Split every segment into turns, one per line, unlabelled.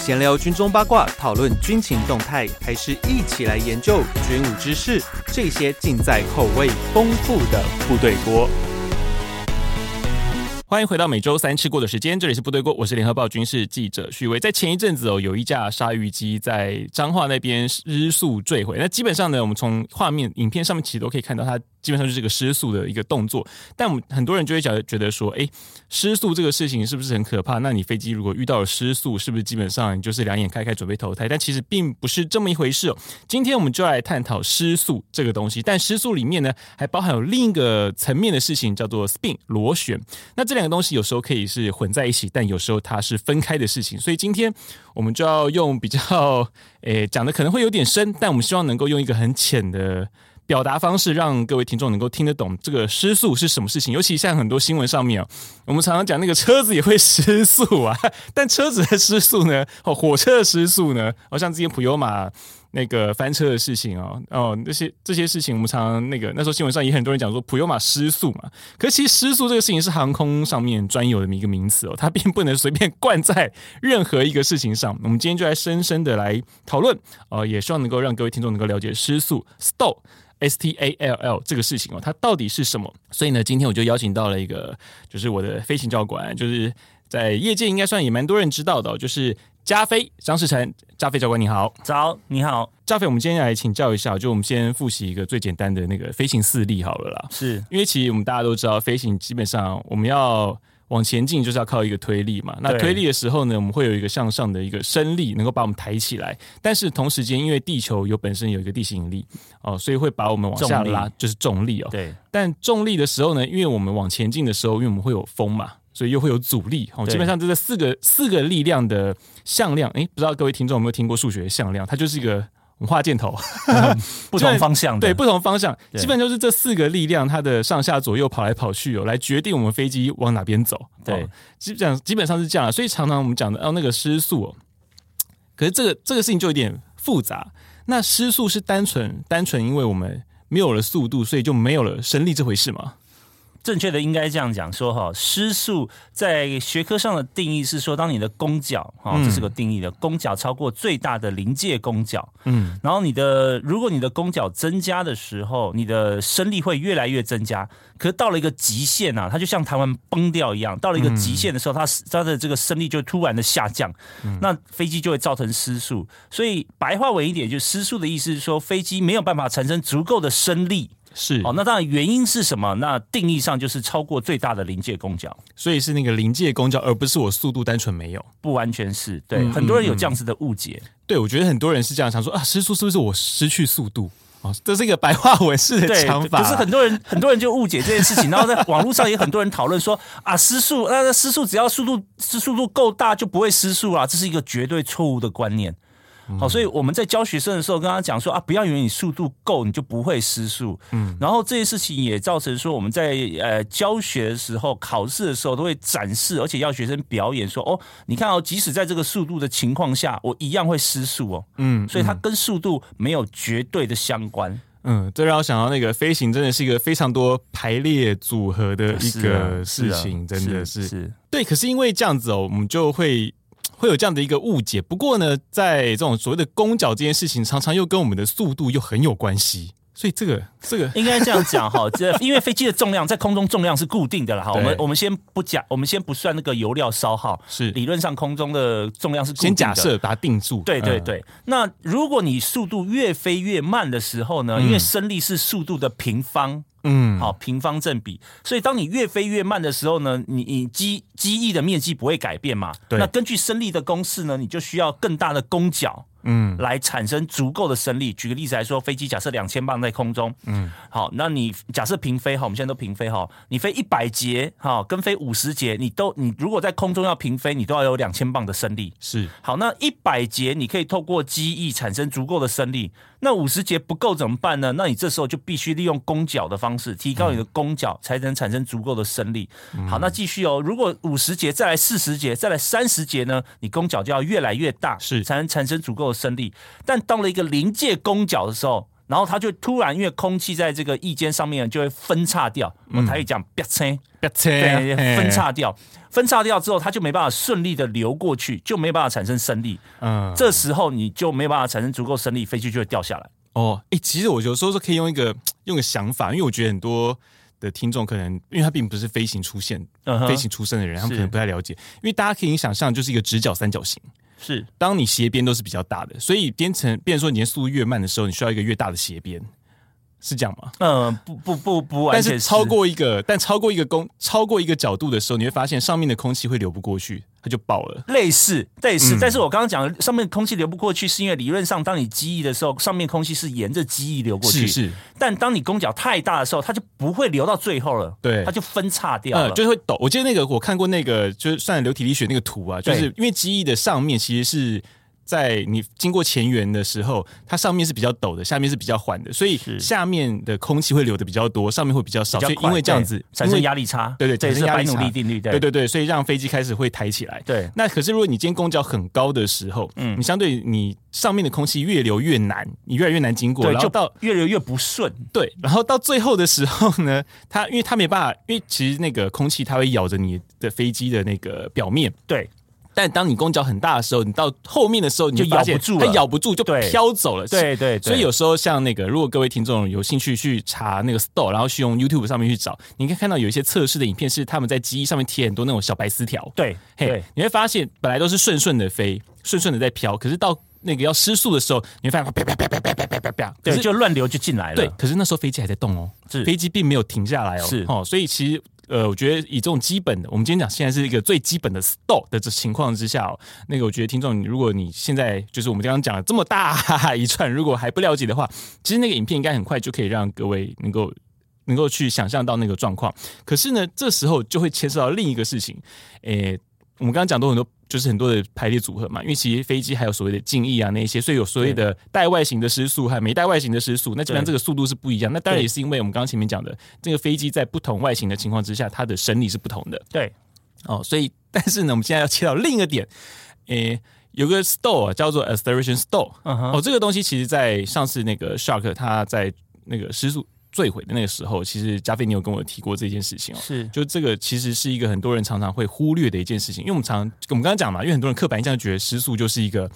闲聊军中八卦，讨论军情动态，还是一起来研究军武知识？这些尽在口味丰富的部队锅。
欢迎回到每周三吃过的时间，这里是部队锅，我是联合报军事记者许巍。在前一阵子哦，有一架鲨鱼机在彰化那边失速坠毁。那基本上呢，我们从画面、影片上面其实都可以看到，它基本上就是个失速的一个动作。但我们很多人就会觉觉得说，哎，失速这个呃事情是不是很可怕？那你飞机如果遇到了失速，是不是基本上你就是两眼开开准备投胎？但其实并不是这么一回事哦。今天我们就来探讨失速这个东西，但失速里面呢，还包含有另一个层面的事情，叫做 spin 螺旋。那这两个东西有时候可以是混在一起，但有时候它是分开的事情。所以今天我们就要用比较， 诶，讲的可能会有点深，但我们希望能够用一个很浅的表达方式，让各位听众能够听得懂这个失速是什么事情。尤其像很多新闻上面哦，我们常常讲那个车子也会失速啊， 但车子的失速呢，哦，火车的失速呢，好、哦、像之前普悠玛。那个翻车的事情哦，哦，那些这些事情，我们常常那个那时候新闻上也很多人讲说普悠玛失速嘛，可其实失速这个事情是航空上面专有的一个名词哦，它并不能随便冠在任何一个事情上。我们今天就来深深的来讨论，呃，也希望能够让各位听众能够了解失速 stall。S T A L L 这个事情哦，它到底是什么？所以呢，今天我就邀请到了一个，就是我的飞行教官，就是在业界应该算也蛮多人知道的、哦，就是加菲张世成。加菲教官你好，
早，你好，
加菲，我们今天来请教一下，就我们先复习一个最简单的那个飞行四例好了啦，
是
因为其实我们大家都知道，飞行基本上我们要。往前进就是要靠一个推力嘛。那推力的时候呢，我们会有一个向上的一个升力，能够把我们抬起来。但是同时间，因为地球有本身有一个地心引力哦，所以会把我们往下拉，就是重力哦。
对。
但重力的时候呢，因为我们往前进的时候，因为我们会有风嘛，所以又会有阻力哦。基本上这是四个四个力量的向量。诶，不知道各位听众有没有听过数学向量？它就是一个。我画箭头
嗯，不同方向
对不同方向，基本就是这四个力量，它的上下左右跑来跑去、哦，有来决定我们飞机往哪边走。
对，
哦、基本上基本上是这样、啊，所以常常我们讲的哦那个失速、哦，可是这个这个事情就有点复杂。那失速是单纯单纯因为我们没有了速度，所以就没有了升力这回事吗？
正确的应该这样讲说哈，失速在学科上的定义是说，当你的弓角哈，这是个定义的，弓角超过最大的临界弓角，嗯，然后你的如果你的弓角增加的时候，你的升力会越来越增加，可是到了一个极限啊，它就像台湾崩掉一样，到了一个极限的时候，它它的这个升力就突然的下降，那飞机就会造成失速。所以白话文一点，就失速的意思是说，飞机没有办法产生足够的升力。
是
哦，那当然原因是什么？那定义上就是超过最大的临界公角，
所以是那个临界公角，而不是我速度单纯没有，
不完全是对、嗯。很多人有这样子的误解，
对我觉得很多人是这样想说啊，失速是不是我失去速度？哦，这是一个白话文式的 讲法，
可是很多人很多人就误解这件事情，然 后在网络上也很多人讨论说啊，失速，那、啊、失速只要速度是速度够大就不会失速啊，这是一个绝对错误的观念。好，所以我们在教学生的时候，跟他讲说啊，不要以为你速度够，你就不会失速。嗯，然后这些事情也造成说，我们在呃教学的时候、考试的时候都会展示，而且要学生表演说哦，你看哦，即使在这个速度的情况下，我一样会失速哦。嗯，所以它跟速度没有绝对的相关。
嗯，这让我想到那个飞行真的是一个非常多排列组合的一个事情，真的是
啊是
对。可是因为这样子哦，我们就会。会有这样的一个误解，不过呢，在这种所谓的攻角这件事情，常常又跟我们的速度又很有关系，所以这个这个
应该这样讲哈， 这因为飞机的重量在空中重量是固定的了哈，我们我们先不讲，我们先不算那个油料消耗，
是
理论上空中的重量是固定
先假设把它定住，
对对对、嗯。那如果你速度越飞越慢的时候
嗯
呢，因为升力是速度的平方。嗯，好，平方正比，所以当你越飞越慢的时候呢，你你机机翼的面积不会改变嘛？
对。
那根据升力的公式呢，你就需要更大的弓角，嗯，来产生足够的升力。举个例子来说，飞机假设两千磅在空中，嗯，好，那你假设平飞哈，我们现在都平飞哈，你飞一百节哈，跟飞五十节，你都你如果在空中要平飞，你都要有两千磅的升力。
是。
好，那一百节你可以透过机翼产生足够的升力。那五十节不够怎么办呢？那你这时候就必须利用弓脚的方式，提高你的弓脚，才能产生足够的升力。嗯、好，那继续哦。如果五十节再来四十节，再来三十节呢？你弓脚就要越来越大，
是
才能产生足够的升力。但到了一个临界弓脚的时候，然后它就突然因为空气在这个翼尖上面就会分叉掉，我台语讲“啪切”，
不要切
对，
嘿
哎分叉掉，分叉掉之后，它就没办法顺利的流过去，就没办法产生升力。
嗯，
这时候你就没办法产生足够升力，飞机就会掉下来。
哦，哎、其实我有时候是可以用一个用个想法，因为我觉得很多的听众可能，因为他并不是飞行出现、
嗯哼
飞行出身的人，他们
是
可能不太了解。因为大家可以想象，就是一个直角三角形，
是
当你斜边都是比较大的，所以编成变成说你的速度越慢的时候，你需要一个越大的斜边，是这样吗？
嗯、不不不不完
但
全
是超过一个，但超过一个公，超过一个角度的时候，你会发现上面的空气会流不过去，它就爆了。
类似类
嗯
似，但是我刚刚讲的上面空气流不过去，是因为理论上当你机翼的时候，上面空气是沿着机翼流过去，
是是，
但当你弓脚太大的时候，它就不会流到最后了，
对
它就分叉掉了。
嗯，就是会抖。我记得那个我看过那个，就是算流体力学那个图啊，就是因为机翼的上面其实是在你经过前缘的时候，它上面是比较陡的，下面是比较缓的，所以
是
下面的空气会流的比较多，上面会比较少，
比较
所以因
快
为这样子
对产生
因为
压力差，
对对
这也是
产生压
白
力
努力
差
定律，对
对对对，所以让飞机开始会抬起来。
对
那可是如果你今天弓脚很高的时候，嗯，你相对你上面的空气越流越难，你越来越难经过，
对，
然后
就
到
越流越不顺，
对，然后到最后的时候呢，它因为它没办法，因为其实那个空气它会咬着你的飞机的那个表面，
对，
但当你弓脚很大的时候，你到后面的时候，你
就
会发
咬
现
不住
它
了
咬不住就
对
飘走了。
对对对
所以有时候像那个，如果各位听众有兴趣去查那个 store，然后去用 YouTube 上面去找，你可以看到有一些测试的影片是他们在机翼上面贴很多那种小白丝条，
对
嘿
对，
你会发现本来都是顺顺的飞，顺顺的在飘，可是到那个要失速的时候，你会发现啪啪啪啪啪啪啪啪啪，可
对，
是
就乱流就进来了，
对，可是那时候飞机还在动哦，
是
飞机并没有停下来哦，
是
哦，所以其实。呃，我觉得以这种基本的，我们今天讲现在是一个最基本的 stop 的这情况之下、哦， 那个我觉得听众，你如果你现在就是我们刚刚讲了这么大一串，如果还不了解的话，其实那个影片应该很快就可以让各位能够能够去想象到那个状况。可是呢，这时候就会牵涉到另一个事情，诶、我们刚刚讲到很多，就是很多的排列组合嘛，因为其实飞机还有所谓的襟翼啊那一些，所以有所谓的带外型的失速和没带外型的失速，那基本上
对
这个速度是不一样。那当然
对
也是因为我们刚刚前面讲的，这个飞机在不同外形的情况之下，它的升力是不同的
对
哦。所以， 但是呢，我们现在要切到另一个点，诶。有个 store 叫做 acceleration store，、
嗯哼
哦，这个东西其实，在上次那个 shark 他在那个失速坠毁的那个时候，其实加菲你有跟我提过这件事情哦。
是
就这个其实是一个很多人常常会忽略的一件事情，因为我们常我们刚刚讲嘛，因为很多人刻板印象觉得失速就是一个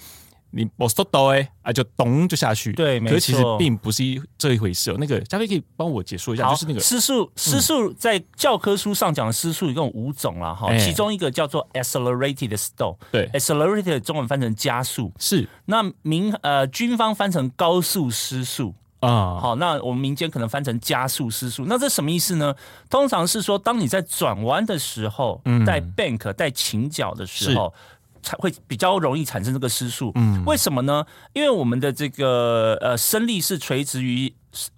你我速到哎啊就咚就下去，
对没
可是其实
错
并不是一这一回事哦。那个嘉菲可以帮我解说一下，
好，
就是那个嗯
失速，失速在教科书上讲的失速一共五种啦，哈、
哎
其中一个叫做 accelerated stall，
对
，accelerated 中文翻成加速，
是
那民呃军方翻成高速失速，
啊，
好，那我们民间可能翻成加速失速，那这什么意思呢？通常是说，当你在转弯的时候，带 bank 带倾角的时候。才会比较容易产生这个失速，嗯，为什么呢？因为我们的这个呃升力是垂直于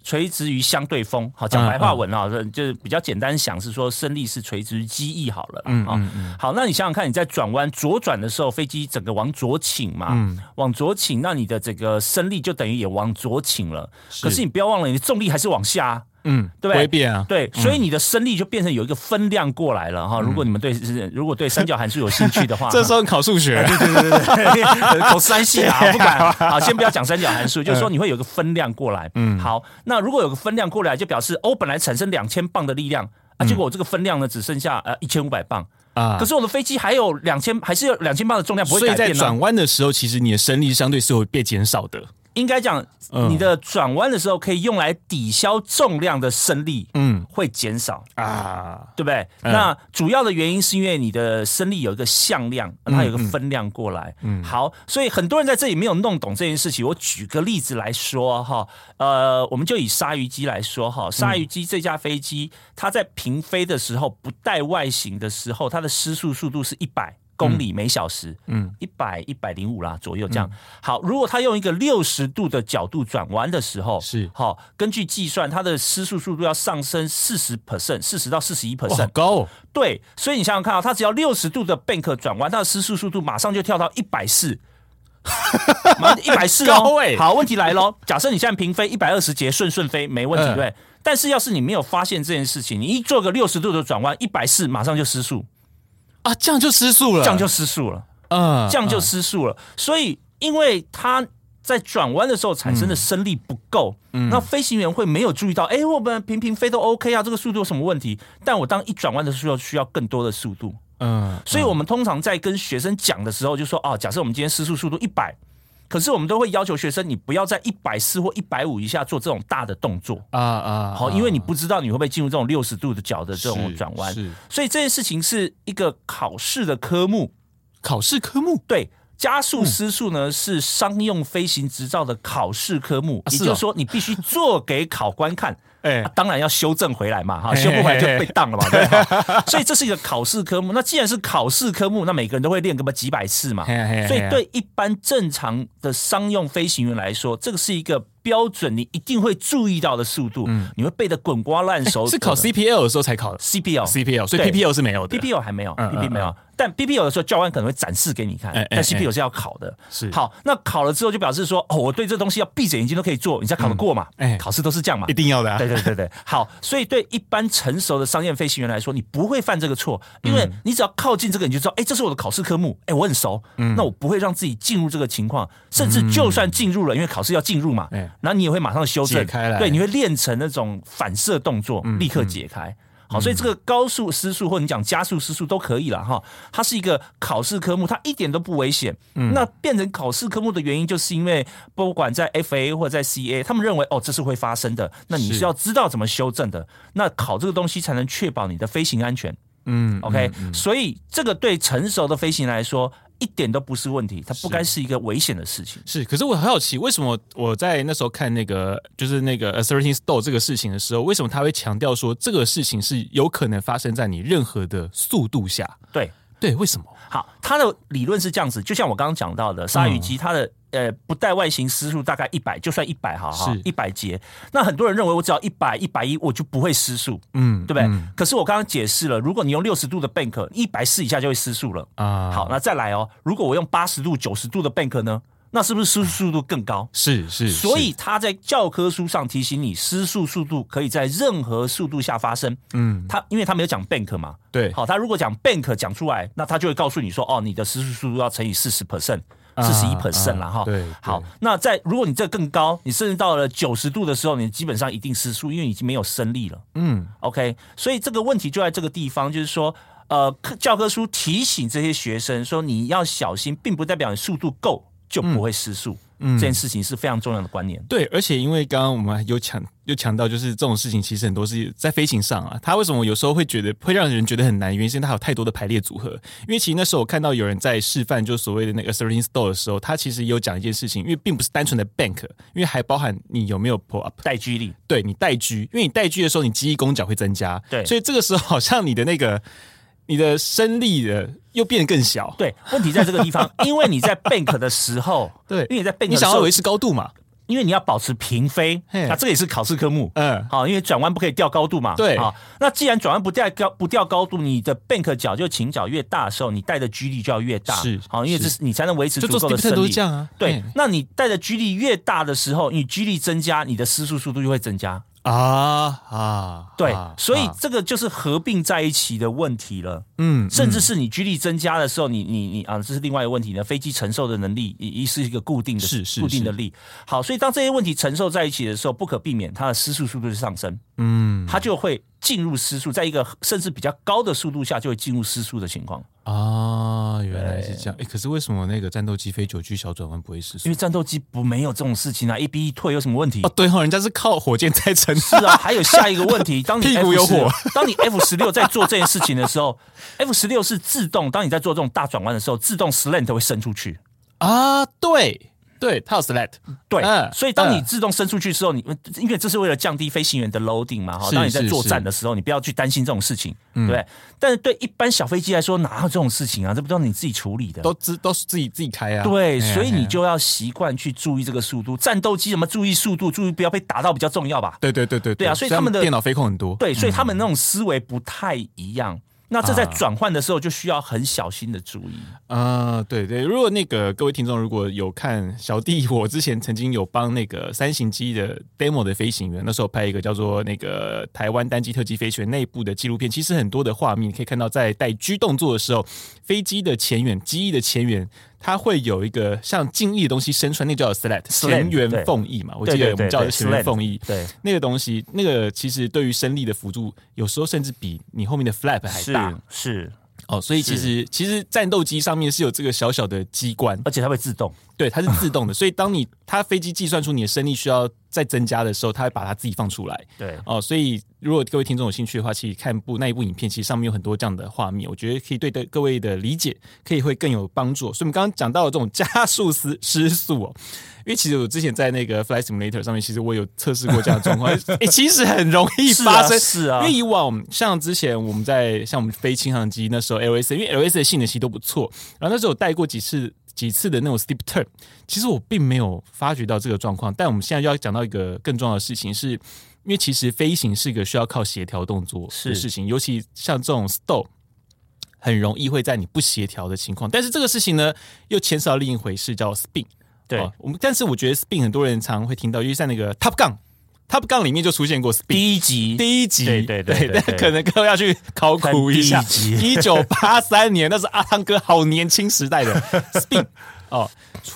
垂直于相对风，好讲白话文啊，就是比较简单想是说升力是垂直于机翼好了啦，嗯好，那你想想看，你在转弯左转的时候，飞机整个往左倾嘛，
嗯
往左倾，那你的这个升力就等于也往左倾了，可是你不要忘了，你的重力还是往下啊、
嗯，
对不
不
对
会变啊，，
对，所以你的升力就变成有一个分量过来了哈。如果你们对如果对三角函数有兴趣的话
嗯这时候考数
啊
学，
口三系啊，不敢啊，先不要讲三角函数，就是说你会有一个分量过来。嗯，好，那如果有个分量过来，就表示哦，本来产生两千磅的力量啊，结果我这个分量呢只剩下呃一千五百磅
啊
啊，可是我的飞机还有两千，还是有两千磅的重量不会
所以
改
在
变呢
转。弯的时候，其实你的升力相对是会被减少的，
应该讲，
嗯
你的转弯的时候可以用来抵消重量的升力，
嗯
会减少。
啊，
对不对？
嗯
那主要的原因是因为你的升力有一个向量，
嗯
它有一个分量过来。好，所以很多人在这里没有弄懂这件事情。我举个例子来说哈，呃，我们就以鲨鱼机来说
嗯
哈，鲨鱼机这架飞机，它在平飞的时候不带外形的时候，它的失速速度是一百。公里每小时，嗯，一百一百零五啦左右这
嗯
样。好，如果它用一个六十度的角度转弯的时候，
是
好，根据计算，它的失速速度要上升四十 percent，四十到四十一
哇，好
percent。
高哦，
对，所以你想想看啊，它只要六十度的 bank 转弯，它的失速速度马上就跳到一百 四。一百四
高
哦，
欸
好，问题来喽。假设你现在平飞一百二十节，顺顺飞没问题，对
嗯
不对。但是要是你没有发现这件事情，你一做个六十度的转弯，一百四马上就失速，
啊，这样就失速了，
这样就失速了。
嗯
这样就失速了。所以，因为它在转弯的时候产生的升力不够，
嗯
那飞行员会没有注意到，哎、我们平平飞都 OK 啊，这个速度有什么问题？但我当一转弯的时候需要更多的速度，
嗯，
所以我们通常在跟学生讲的时候就说，哦，假设我们今天失速速度一百，可是我们都会要求学生你不要在一百四或一百五以下做这种大的动作，
啊啊，
好，因为你不知道你会不会进入这种六十度的角的这种
是
转弯，
是
所以这件事情是一个考试的科目。
考试科目
对，加速失速呢、是商用飞行执照的考试科目，
啊
也
是哦
就是说你必须做给考官看。
哎
啊当然要修正回来嘛，哈，
嘿
修不回来就
嘿
被当了嘛，对吧？所以这是一个考试科目。那既然是考试科目，那每个人都会练个么几百次嘛
嘿啊嘿啊嘿啊。
所以对一般正常的商用飞行员来说，这个是一个标准，你一定会注意到的速度，你会背得滚瓜烂熟。
嗯哎是考 CPL 的时候才考的
CPL
CPL，所以
哦对
PPL 是没有的
PPL 还没有
嗯嗯
，PPL 没
嗯
有。但 PPL 的时候，教官可能会展示给你看
哎哎，
但
哎
CPL 是要考的。
是
好，那考了之后就表示说，哦，我对这东西要闭着眼睛都可以做，你才考得过嘛
嗯哎？
考试都是这样嘛
一。定要的啊
对，对对对，好，所以对一般成熟的商业飞行员来说，你不会犯这个错，因
嗯
为你只要靠近这个，你就知道，哎，这是我的考试科目，哎，我很熟，
嗯
那我不会让自己进入这个情况，甚至就算进入了，因为考试要进入嘛，
哎
然后你也会马上修
解
正
开来
对，你会练成那种反射动作，
嗯
立刻解开。好，所以这个高速失速或你讲加速失速都可以了哈，它是一个考试科目，它一点都不危险。
嗯
那变成考试科目的原因，就是因为不管在 FA 或者在 CA，他们认为哦这是会发生的，那你
是
是要知道怎么修正的。那考这个东西才能确保你的飞行安全。
嗯
OK，、所以这个对成熟的飞行来说一点都不是问题，它不该是一个危险的事情。
是，可是我很好奇，为什么我在那时候看那个就是那个 asserting store 这个事情的时候，为什么他会强调说这个事情是有可能发生在你任何的速度下？
对，
对，为什么？
好，它的理论是这样子，就像我刚刚讲
嗯
到的，鲨鱼机它的、呃不带外形失速大概一百，就算一百哈哈
是，
一百节。那很多人认为我只要一百一百一我就不会失速，
嗯
对不对？可是我刚刚解释了，如果你用六十度的 bank，一百四以下就会失速了。
啊，
好，，那再来哦，如果我用八十度、九十度的 bank 呢，那是不是失速速度更高？
是是，
所以他在教科书上提醒你，失速速度可以在任何速度下发生。
嗯，
他因为他没有讲 bank 嘛，
对，
好，他如果讲 bank 讲出来，那他就会告诉你说，哦，你的失速速度要乘以四十 percent。四十一 percent 了哈，
啊对
好
对，
那在如果你这更高，你甚至到了九十度的时候，你基本上一定失速，因为已经没有升力了。
嗯
OK，所以这个问题就在这个地方，就是说，呃，课教科书提醒这些学生说你要小心，并不代表你速度够就不会失速，
嗯
这件事情是非常重要的观念。
对，而且因为刚刚我们还有强有强到，就是这种事情其实很多是在飞行上啊，它为什么有时候会觉得会让人觉得很难，原因是因为它有太多的排列组合。因为其实那时候我看到有人在示范，就所谓的那个 asserting store 的时候，他其实也有讲一件事情，因为并不是单纯的 bank，因为还包含你有没有 pull up，
带居力，
对你带狙，因为你带狙的时候，你机翼攻角会增加，
对
所以这个时候好像你的那个你的升力的又变得更小，
对，问题在这个地 方，因为你在 bank 的时候，
对
因为你在 bank
你
的时
想要
候
维，持高度嘛，
因为你要保持平飞，
嘿
啊，这个也是考试科目。
嗯，
好，因为转弯不可以掉高度嘛。
对
啊，那既然转弯不掉高不掉高度，你的 bank 角就倾角越大的时候，你带的居力就要越大。
是
好，因为这
是
是你才能维持
就
足
做
够的
step
升
都
力
是。这样啊，
对
哎，
那你带的居力越大的时候，你居力增加，你的失速速度就会增加。
啊啊，
对
啊，
所以
啊
这个就是合并在一起的问题了。
嗯，
甚至是你居力增加的时候，你你你啊，这是另外一个问题呢。飞机承受的能力一一是一个固定的，
是是
固定的力。好，所以当这些问题承受在一起的时候，不可避免，它的失速速度就上升，
嗯
它就会进入失速，在一个甚至比较高的速度下，就会进入失速的情况。
啊，原来是这样，哎，可是为什么那个战斗机飞九 G 小转弯不会失
因
速
为？战斗机不没有这种事情啊，一逼一退有什么问题？
哦，对哦，人家是靠火箭 在撑，
是啊，还有下一个问 题，当你
屁
F
股有火，
当你 F 十六在做这件事情的时候，F 十六是自动，当你在做这种大转弯的时候，自动 slant 会伸出去。
啊，对对，它有 slat，
对，
嗯
所以当你
嗯
自动伸出去之后，你因为这是为了降低飞行员的 loading 嘛，哈，
是
当你在
是
作战
是嗯
的时候，你不要去担心这种事情，对不对。但是对一般小飞机来说，哪有这种事情啊？这不都是你自己处理的。
都自都是自己自己开啊，
对，
哎呀
所以
哎
你
呀
就要习惯去注意这个速度。战斗机什么注意速度，注意不要被打到比较重要吧？
对对对对
对啊所以他们的
电脑飞控很多，
对，所以他们那种思维不太一样。那这在转换的时候就需要很小心的注意。
啊、对对，如果那个各位听众如果有看小弟，我之前曾经有帮那个三型机的 demo 的飞行员，那时候拍一个叫做那个台湾单机特技飞行员内部的纪录片，其实很多的画面你可以看到，在带 G 动作的时候，飞机的前缘、机翼的前缘，它会有一个像襟翼的东西伸出来，那个叫 slat，
Slant，
前缘
对
缝翼嘛，我
对
记得
对
我们
对
叫
对
前缘
slant，
缝翼。
对，
那个东西，那个其实对于升力的辅助，有时候甚至比你后面的 flap 还
是
大
是，
哦。所以其实其实战斗机上面是有这个小小的机关，
而且它会自动。
对，它是自动的。所以当你它飞机计算出你的升力需要再增加的时候，它会把它自己放出来。
对，
哦，所以如果各位听众有兴趣的话，其实看部那一部影片，其实上面有很多这样的画面，我觉得可以对的各位的理解可以会更有帮助。所以我们刚刚讲到的这种加速失失速哦，因为其实我之前在那个 Flight Simulator 上面，其实我有测试过这样的状 况，诶，其实很容易
是啊
发生。
是啊
因为以往像之前我们在像我们飞轻航机那时候 LS，因为 LS 的性能其实都不错，然后那时候有带过几次。几次的那种 steep turn，其实我并没有发觉到这个状况，但我们现在就要讲到一个更重要的事情是，因为其实飞行是一个需要靠协调动作的
是
事情，尤其像这种 stow，很容易会在你不协调的情况。但是这个事情呢，又牵涉到另一回事，叫 spin。
对
哦我们但是我觉得 spin 很多人常会听到，因为在那个 Top Gun。Top Gun 里面就出现过 spin，
第一集，
第一集，
对对对对
但可能各位要去考古一下
看，第
一九八三年，那是阿汤哥好年轻时代 的 spin 哦，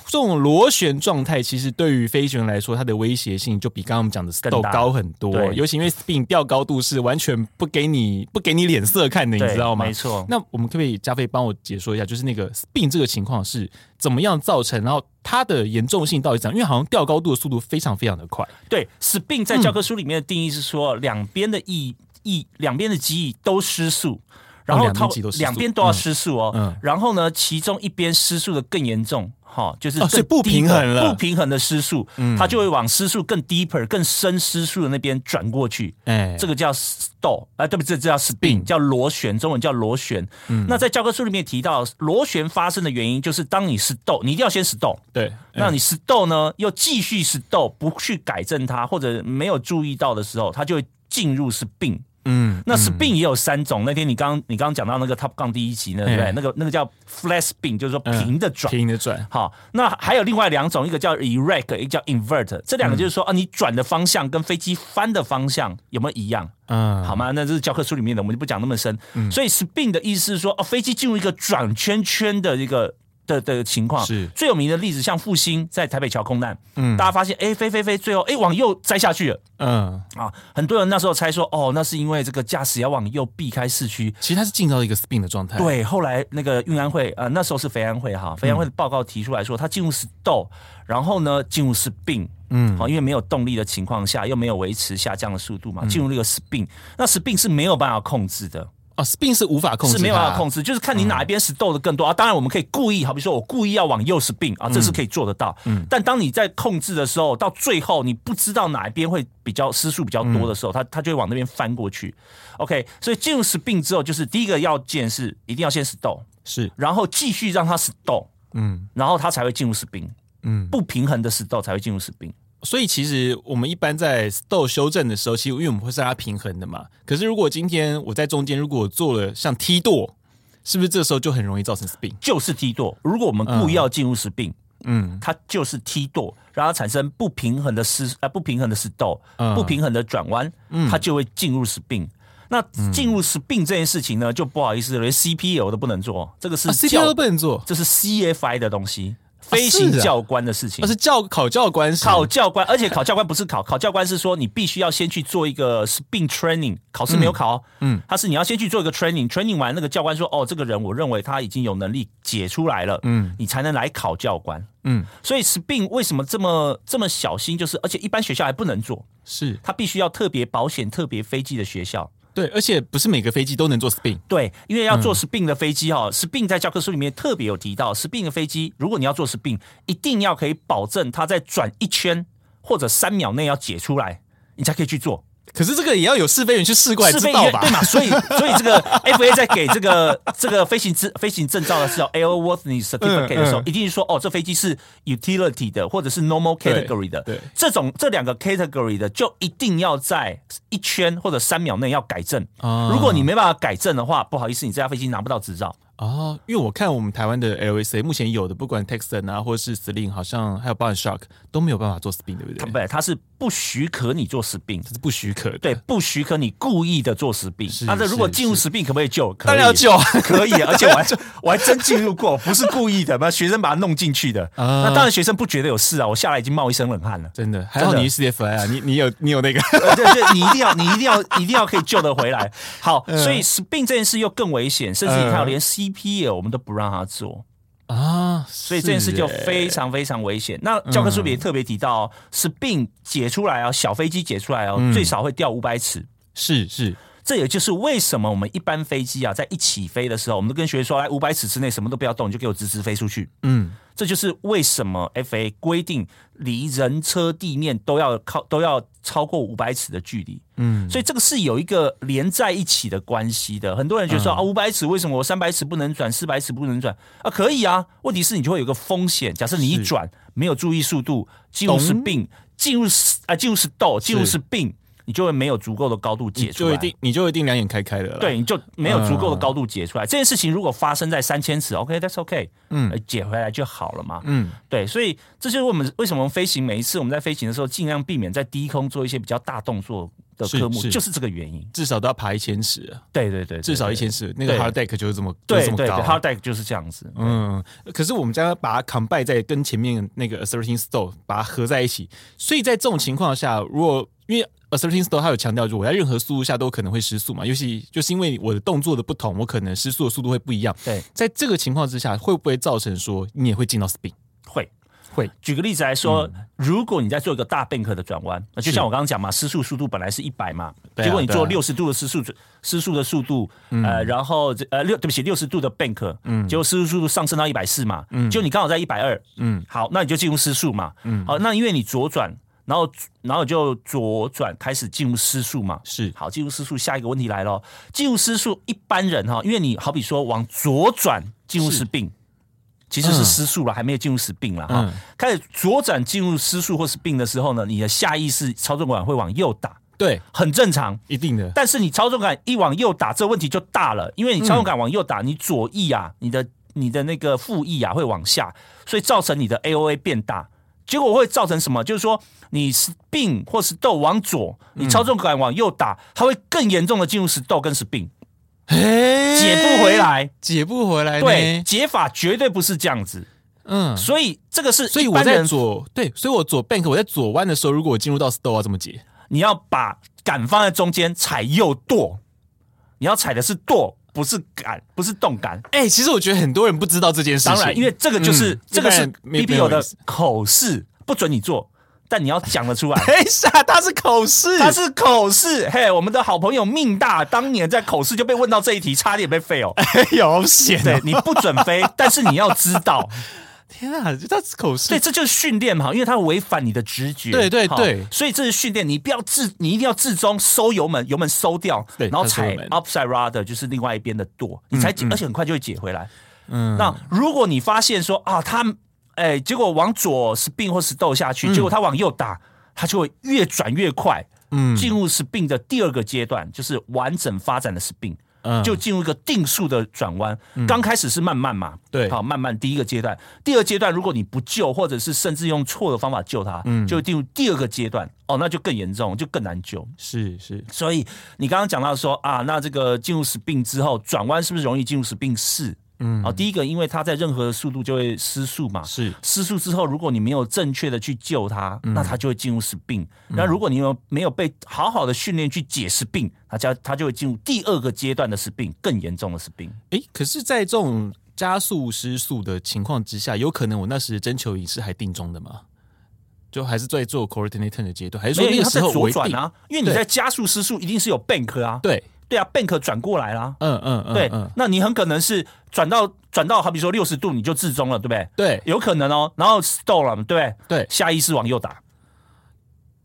这种螺旋状态其实对于飞行员来说，它的威胁性就比刚刚我们讲的 s
更
t
大
高很多，
对
尤其因为 spin 掉高度是完全不给你不给你脸色看的，你
对
知道吗
没？错，
那我们可不可以加菲帮我解说一下，就是那个 spin 这个情况是怎么样造成，然后它的严重性到底怎样？因为好像掉高度的速度非常非常的快，
对，spin 在
嗯
教科书里面的定义是说，两边的翼翼两边的机翼都失速。然后
哦两边
它
机都失速
两边都要失速哦，
嗯嗯
然后呢，其中一边失速的更严重，哈、就是
哦所以
更
不平衡了嗯
deeper- 不平衡的失速，它就会往失速更 deeper、更深失速的那边转过去。
哎，
这个叫 stow 啊、对不起，这这叫 spin，
Spin
叫螺旋，中文叫螺旋。
嗯
那在教科书里面提到，螺旋发生的原因就是当你 stow，你一定要先 stow，
对，哎
那你 stow 呢又继续 stow，不去改正它或者没有注意到的时候，它就会进入 spin。
嗯，
那 spin 也有三种，那天你刚你刚讲到那个 Top Gun 第一集呢，对不对？
嗯
那个那个叫 flat spin，就是说平的转。
平的转，
好，那还有另外两种，一个叫 erect，一个叫 invert，这
嗯
两个就是说、啊，你转的方向跟飞机翻的方向有没有一样？
嗯，
好吗？那这是教科书里面的，我们就不讲那么深。所以 spin 的意思是说，哦，飞机进入一个转圈圈的一个的的情况。
是
最有名的例子，像复兴在台北桥空难，嗯，大家发现，哎，飞飞飞，最后哎往右栽下去了
嗯，
啊！很多人那时候猜说，哦，那是因为这个驾驶要往右避开市区。
其实它是进到一个 spin 的状态，，
对，后来那个运安会，呃，那时候是肥安会哈，肥安会的报告提出来说，它进入 stow，然后呢进入 spin，嗯，好，因为没有动力的情况下，又没有维持下降的速度嘛，进入那个 spin，那 spin 是没有办法嗯控制的，
哦，spin 是无法控制，
是没有办法控
制，
制，就是看你哪一边是斗的更多啊。当然，我们可以故意，好比说我故意要往右是病啊，这是可以做得到。但当你在控制的时候，到最后你不知道哪一边会比较失速比较多的时候，它它就会往那边翻过去。OK，所以进入 spin 之后，就是第一个要件是一定要先 stop，
是，
然后继续让它 stop，
嗯
然后它才会进入 spin，
嗯，
不平衡的 stop 才会进入 spin。
所以其实我们一般在 stow 修正的时候，其实因为我们会是让它平衡的嘛，可是如果今天我在中间，如果我做了像梯舵，是不是这时候就很容易造成 spin？
就是梯舵。如果我们故意要进入 spin，嗯，它就是梯舵，然后产生不平衡的失啊不平衡的失斗，
嗯
不平衡的转弯，它就会进入 spin。那进入 spin 这件事情呢，就不好意思了，连 CPL 都不能做，这个是
啊，CPU
教
都，不能做，
这是 CFI 的东西，飞行
是啊
教官的事情
那。是教考教官
嗯
是
考哦教官，而且考教官不是考，考教官是说你必须要先去做一个 spin training，考试没有考，嗯，他是你要先去做一个 training，training 完那个教官说，哦，这个人我认为他已经有能力解出来了，嗯，你才能来考教官，
嗯
嗯，所以 spin 为什么这么这么小心，就是而且一般学校还不能做，
是
他必须要特别保险、特别飞机的学校。
对，而且不是每个飞机都能做 spin，
对，因为要
嗯
做 spin 的飞机哈、s p i n 在教科书里面特别有提到，spin 的飞机，如果你要做 spin，一定要可以保证它在转一圈或者三秒内要解出来，你才可以去做。
可是这个也要有试飞员去试过来
是
知
飞
道
员
吧
对？嘛？所以所以这个 FA 在给这个这个飞行执飞行证照的时候，airworthiness certificate 的时候，
嗯
一定是说哦，这飞机是 utility 的，或者是 normal
对
category 的。
对
这种这两个 category 的，就一定要在一圈或者三秒内要改正。
啊
如果你没办法改正的话，不好意思，你这架飞机拿不到执照。
哦，因为我看我们台湾的 LSA 目前有的，不管 Texan 啊，或是 Sling，好像还有 b o u n Shark 都没有办法做 spin，对不
它
对？
不，它是不许可你做死病，
这是不许可的。
对，，不许可你故意的做死病。
是
那这如果
是
进入死病，可不可以救？可
当
以
然 要救啊，啊
可以，而 且我还我还真进入过，不是故意的， 把学生把他弄进去的。
啊
那当然学生不觉得有事啊，我下来已经冒一身冷汗了。
真的还好
真的
你是 CFI 啊，你你有你 有那个
呃对对，你一定要，你一定要，一定要可以救得回来。好，所以死病这件事又更危险，甚至你看到
嗯
连 CPL 我们都不让他做，
啊，
所以这件事就是
欸
非常非常危险。那教科书里
嗯
也特别提到、哦，死病解出来哦，小飞机解出来
嗯
哦，最少会掉五百尺。
是是
这也就是为什么我们一般飞机啊，在一起飞的时候，我们都跟学员说，来五百尺之内什么都不要动，你就给我直直飞出去。
嗯
这就是为什么 FA 规定离人车地面都要靠都要超过五百尺的距离。
嗯，
所以这个是有一个连在一起的关系的。很多人觉得
嗯
说、啊，五百尺为什么我三百尺不能转，四百尺不能转啊？可以啊，问题是你就会有一个风险。假设你一
是
转没有注意速度，进入是病，进入是啊进入是斗，进入是病，你就会没有足够的高度
你
解出
就一
来。
定你就一定两眼开开的了，
对，你就没有足够的高度解
嗯
出来。这件事情如果发生在三千尺，OK，that's OK，嗯，解回来就好了嘛。
嗯，
对，所以这就是我们为什么我们飞行每一次我们在飞行的时候，尽量避免在低空做一些比较大动作的科目，
是是
就是这个原因。
至少都要爬一千尺啊，
对对对，对
至少一千尺，那个
对
hard deck 就是这么就
对
是这
对
么
对
高啊。
，hard deck 就是这样子。
嗯，可是我们将把它 combine 在跟前面那个 asserting store 把它合在一起，所以在这种情况下，如果因为 asserting store 它有强调，就我在任何速度下都可能会失速嘛，尤其就是因为我的动作的不同，我可能失速的速度会不一样。
对，
在这个情况之下，会不会造成说你也会进到 spin？
会
会。
举个例子来说，如果你在做一个大 bank 的转弯，那就是像我刚刚讲嘛，失速速度本来是一百嘛，
对啊
结果你
对啊
做六十度的失速失速的速度，呃，然后这呃六对不起六十度的 bank，嗯，结果失速速度上升到一百四嘛，嗯，结果你刚好在一百二，
嗯
嗯，好，那你就进入失速嘛，嗯，好，那因为你左转，然后然后你就左转开始进入失速嘛，
是
好，进入失速，下一个问题来了。进入失速，一般人哈，因为你好比说往左转进入
是
失病，其实
嗯
是失速了，还没有进入失病了哈。
嗯
开始左转进入失速或是病的时候呢，你的下意识操纵杆会往右打，
对，
很正常。
一定的。
但是你操纵杆一往右打，这问题就大了，因为你操纵杆往右打，你左翼啊，你的你的那个副翼啊会往下，所以造成你的 AOA 变大。结果会造成什么？就是说你是病或是痘往左，你操纵杆往右打，它会更严重的进入是痘跟是病，
哎
解不回，来。
解不回来。
对，，解法绝对不是这样子，
嗯，
所以这个是
所以
一
我
般
在
人
左对，所以我左 bank 我在左弯的时候，如果我进入到 store 要怎么解？
你要把杆放在中间，踩右舵，你要踩的是舵，不是杆，不是动杆。
哎、其实我觉得很多人不知道这件事情，
当然，因为这个就是、
嗯
这个是
一
B
般
B
人没
O
没有
的
意思。
口试，不准你做，但你要讲得出来
等一下，他 是口试，
他是口试，嘿，我们的好朋友命大，当年在口试就被问到这一题，差点被废 哦。
有险
对，你不准飞，但是你要知道，
天啊，他是口试
对，，这就是训练嘛，因为它违反你的直觉。
对对
好
对
所以这是训练，你不要自，你一定要自中收油门，油门收掉，
对
然后
它是油
踩
门
upside rudder，就是另外一边的舵，你才解，而且很快就会解回来。
嗯
那如果你发现说啊，他哎，结果往左 spin 或 s 斗下去，结果他往右打，他就会越转越快，
嗯
进入 spin 的第二个阶段，就是完整发展的 spin。
嗯
就进入一个定速的转弯。刚开始是慢慢嘛，
对
好，慢慢第一个阶段，第二阶段如果你不救，或者是甚至用错的方法救它，
嗯
就进入第二个阶段，哦，那就更严重，就更难救。
是是
所以你刚刚讲到说啊，那这个进入死病之后，转弯是不是容易进入死病？是，嗯，好，第一个，因为它在任何速度就会失速嘛，
是
失速之后，如果你没有正确的去救它，
嗯
那它就会进入死病。那如果你有没有被好好的训练去解死病，它就它就会进入第二个阶段的死病，更严重的死病。
哎、可是，在这种加速失速的情况之下，有可能我那时征求影是还定中的吗？就还是在做 coordinate turn 的阶段，还是
没有，
说
因为
那个
它
时
在
候我
左
一
转
定、
啊，因为你
对
在加速失速，一定是有 bank 啊，
对，
对啊，bank 转过来啦。
嗯嗯嗯，
对
嗯，，
那你很可能是转到转到，好比说六十度，你就至中了，对不对？
对
有可能哦。然后 stall 了，对不对？
对
下意识往右打，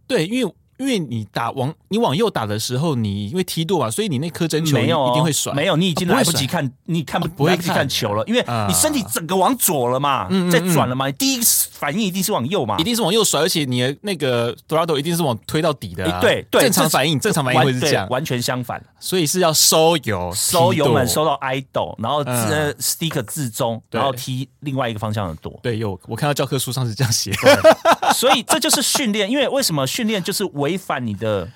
对，因为因为你打往你往右打的时候，你因为踢舵嘛，所以你那颗针球
没有哦、
一定会甩，
没有，你已经
啊不会
来不及
甩
看，你看不
啊不会
来不及
看
看球了，因为
啊嗯
你身体整个往左了嘛，在转了嘛，你第一反应一定是往右嘛
一。定是往右甩，而且你的那个 throttle 一定是往推到底的、
诶
啊。
对对
正常
这是
反应，正常反应
完
会是这
对
样，
完全相反，
所以是要收油，
收油门
踢舵
收到 idle，然后自、
嗯
呃 stick 至中，
对
然后踢另外一个方向的舵。
对，有我看到教科书上是这样写，
所以这就是训练，因为为什么训练就是违反你的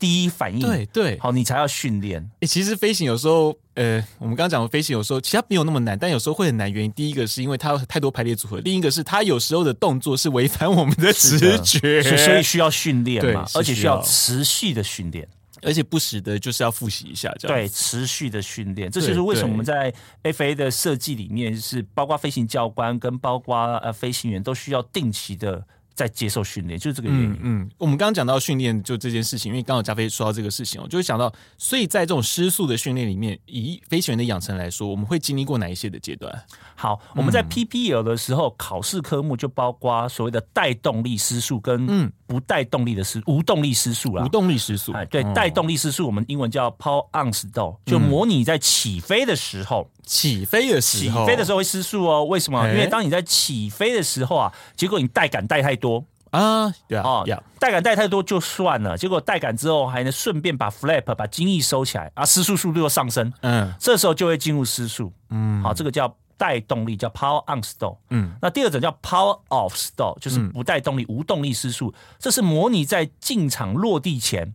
第一反应，
对 对。
好，你才要训练。
欸，其实飞行有时候，呃，我们刚刚讲的飞行有时候其实它没有那么难，但有时候会很难。原因第一个是因为它有太多排列组合，另一个是它有时候的动作是违反我们的直
是的
觉，
所以所以需要训练嘛
对，是
而且
需
需要
要
持续的训练，
而且不时的就是要复习一下，这样
对，持续的训练，这
对
就是为什么我们在 FA 的设计里面是包括飞行教官跟包括呃飞行员都需要定期的在接受训练，就是这个原因。
嗯嗯，我们刚刚讲到训练就这件事情，因为刚好加菲说到这个事情，我就会想到，所以在这种失速的训练里面，以飞行员的养成来说，我们会经历过哪一些的阶段？
好，我们在
嗯
PPL 的时候，考试科目就包括所谓的带动力失速跟不带动力的失、无动力失速啦。
嗯无动力失速，
哎，对，
嗯
带动力失速，我们英文叫 power on stall，就模拟在起飞的时候，
起飞的时
起
候，
飞的时候会失速哦。为什么？
哎
因为当你在起飞的时候啊，结果你带杆带太多
候啊，对啊，
哦
呀，
带杆带太多就算了，结果带杆之后还能顺便把 flap 把襟翼收起来啊，失速速度又上升，
嗯
这时候就会进入失速。嗯，好，这个叫带动力，叫 power on stall。
嗯，
那第二种叫 power off stall，就是不带动力、无动力失速，这是模拟在进场落地前，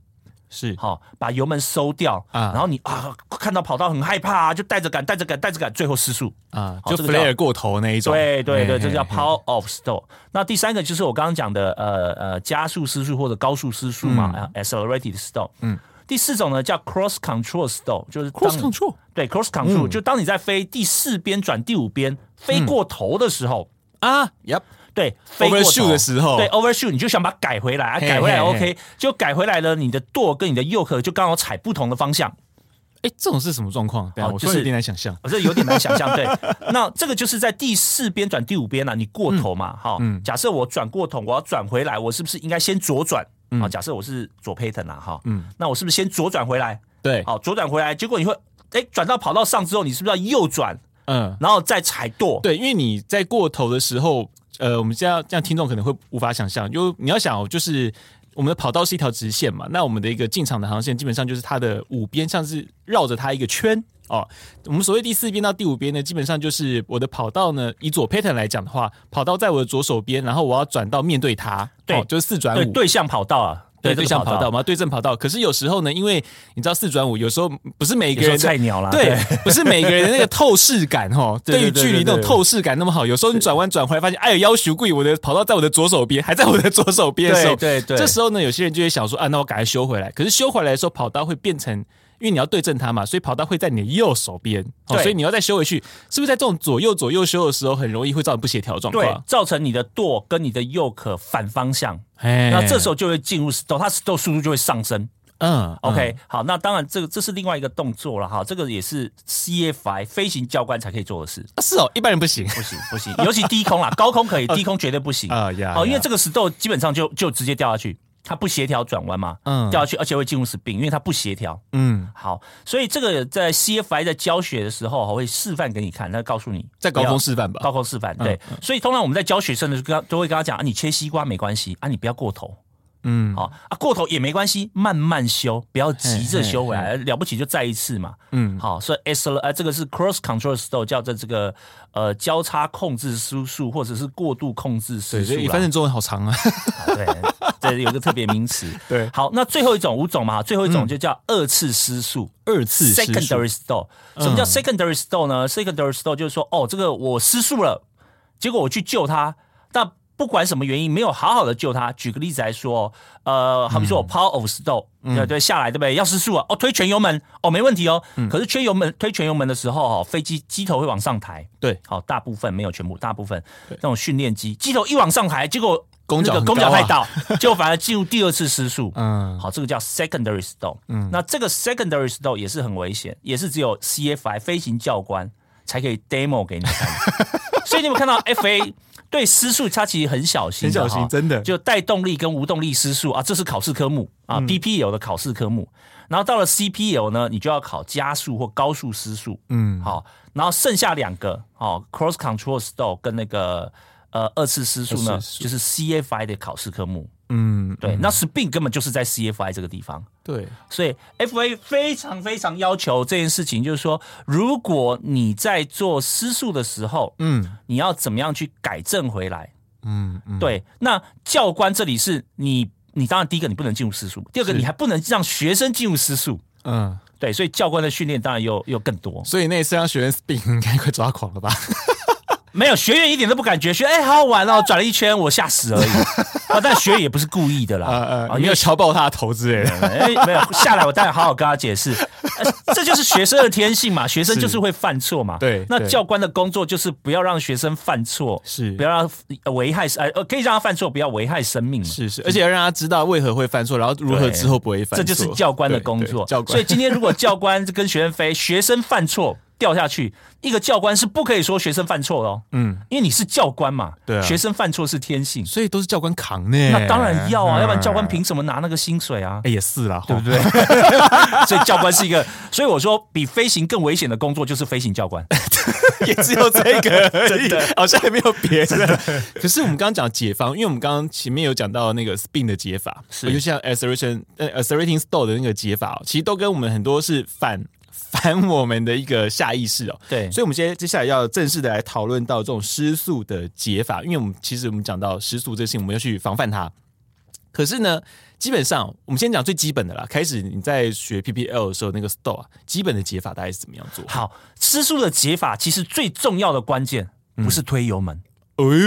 是
好、把油门收掉，
啊
然后你啊看到跑道很害怕、啊，就带着赶、带着赶、带着赶，最后失速。
啊，
好
就
这个叫
flare 过头那一种，
对对对，
嘿
这叫。
嘿嘿
power off stall。那第三个就是我刚刚讲的，呃呃，加速失速或者高速失速嘛、a
嗯
c c e l e r a t e d stall。嗯。第四种呢叫 cross control stall，就是当
Cross
你
control 嗯
对 cross control，、就当你在飞第四边转第五边飞过头的时候，
啊，Yep，
对，飞过头
Overshoot 的时候
对 overshoot，你就想把它改回来，啊、
嘿
改回来
嘿
OK，
嘿
就改回来了。你的舵跟你的右壳就刚好踩不同的方向，
哎，这种是什么状况？对啊，
哦
我
就
突然有
是
点难想象。
我这有点难想象。对，那这个就是在第四边转第五边啦、你过头嘛，
嗯
哈、假设我转过头，我要转回来，我是不是应该先左转？
嗯
啊、假设我是左 pattern 啦，哈，嗯，那我是不是先左转回来？
对，
好，左转回来，结果你会，哎，转到跑道上之后，你是不是要右转，
嗯，
然后再踩舵？
对，因为你在过头的时候，呃，我们这样这样听众可能会无法想象，就你要想哦，就是我们的跑道是一条直线嘛，那我们的一个进场的航线基本上就是它的五边像是绕着它一个圈哦。我们所谓第四边到第五边呢，基本上就是我的跑道呢，以左 pattern 来讲的话，跑道在我的左手边，然后我要转到面对它，
对
哦就是四转
对，
五。
对向跑道啊，
对
这
对
个
向跑道，嘛，对正跑道。可是有时候呢，因为你知道四转五，有时候不是每
有
个
时候
人的
菜鸟啦，
对，不是每个人的那个透视感哦，
啊 对
对于
对对
距离那种
对对
透视感那么好，有时候你转弯转回来发现，哎呦，要求贵，我的跑道在我的左手边，还在我的左手边的时候，
对对对
这时候呢，有些人就会想说，啊，那我赶快修回来。可是修回来的时候，跑道会变成。因为你要对正它嘛，所以跑道会在你的右手边，哦，
对
所以你要再修回去，是不是在这种左右左右修的时候，很容易会造成不协调的状
对
况，？
造成你的舵跟你的右壳反方向，
哎
那这时候就会进入 stall，它 stall 速度就会上升。
嗯
OK，、好，那当然这个这是另外一个动作了哈，这个也是 CFI 飞行教官才可以做的事，
嗯是哦，一般人不行
不行不行，尤其低空 啦，高空可以，低空绝对不行。
啊呀
哦，因为
呀
这个石头基本上就就直接掉下去，它不协调转弯嘛，
嗯
掉下去，而且会进入 spin，因为它不协调。
嗯，
好，所以这个在 CFI 在教学的时候我会示范给你看，那告诉你
在高
不要
空示范嗯吧，
高空示范，对，所以通常我们在教学生的时候，跟他都会跟他讲啊，你切西瓜没关系啊，你不要过头，
嗯，
好、啊，过头也没关系，慢慢修，不要急着修回来，了不起就再一次嘛，嗯，好、所以 S 呃，这个是 cross control stall 叫做这个呃交叉控制失速或者是过度控制
对，
失
所
速
以
啦
反正中文好长啊，
对，这有一个特别名词，
对嗯
好，那最后一种五种嘛，最后一种就叫二次失速。
二次失速
secondary store。什
嗯
么叫 secondary store 呢、s e c o n d a r y store 就是说，哦，这个我失速了，结果我去救他，但不管什么原因，没有好好的救他。举个例子来说，呃，好比
嗯
说我 power of store，、对对，下来对不对？要失速了，哦，推全油门，哦，没问题哦。
嗯
可是推油门推全油门的时候，哦，飞机机头会往上抬。
对，
好、大部分没有全部，大部分那种训练机机头一往上抬，结果
弓
那
脚
个
很
弓脚
高啊
太大，结果反而进入第二次失 速。
嗯
好，这个叫 secondary stall。嗯，那这个 secondary stall 也是很危险，也是只有 CFI 飞行教官才可以 demo 给你看。 所以你有没有看到 FA 对失速，它其实很小心
很
的哈，
小心真的
就带动力跟无动力失速啊，这是考试科目啊、p
嗯
p l 的考试科目。然后到了 CPL 呢，你就要考加速或高速失速。嗯，好，然后剩下两个哦，cross control stall 跟那个呃二次失速呢
二次，失速
就是 CFI 的考试科目。
嗯，
对，那 spin 根本就是在 CFI 这个地方，
对，
所以 FA 非常非常要求这件事情，就是说，如果你在做失速的时候，
嗯
你要怎么样去改正回来？
嗯嗯，
对，那教官这里是你，你当然第一个你不能进入私塾，第二个
是
你还不能让学生进入私塾，
嗯，
对，所以教官的训练当然又又更多。
所以那一次让学生 spin 应该快抓狂了吧？
没有学员一点都不感觉，学哎、好好玩哦，转了一圈我吓死 而已。啊，但学员也不是故意的啦，
呃
啊
呃，你有敲爆他的头之类的，
哎，没有下来，我当然好好跟他解释、呃这就是学生的天性嘛，学生就是会犯错嘛。
对
那
对
教官的工作就是不要让学生犯错，
是
不要让他危害，呃，可以让他犯错，不要危害生命嘛。
是是，而且要让他知道为何会犯错，然后如何
对
之后不会犯
这
错，
就是教官的
对
工
对
作。
教官，
所以今天如果教官跟学生飞，学生犯错掉下去，一个教官是不可以说学生犯错的哦，
嗯，
因为你是教官嘛。
对啊
学生犯错是天性，
所以都是教官扛呢。
那当然要啊，
嗯
要不然教官凭什么拿那个薪水啊？
哎也是啦，对不对？
所以教官是一个，所以我说比飞行更危险的工作就是飞行教官。
也只有这 个而已，好像也没有别的。可是我们刚刚讲解方，因为我们刚刚前面有讲到那个 spin 的解法，哦
是
就像 acceleration 呃 accelerating store 的那个解法、哦，其实都跟我们很多是反。反我们的一个下意识哦，
对
所以我们今天接下来要正式的来讨论到这种失速的解法，因为我们其实我们讲到失速这个事情，我们要去防范它。可是呢，基本上我们先讲最基本的啦。开始你在学 PPL 的时候，那个 store 啊基本的解法大概是怎么样做？
好，吃素的解法其实最重要的关键不
嗯
是推油门，
哦呦，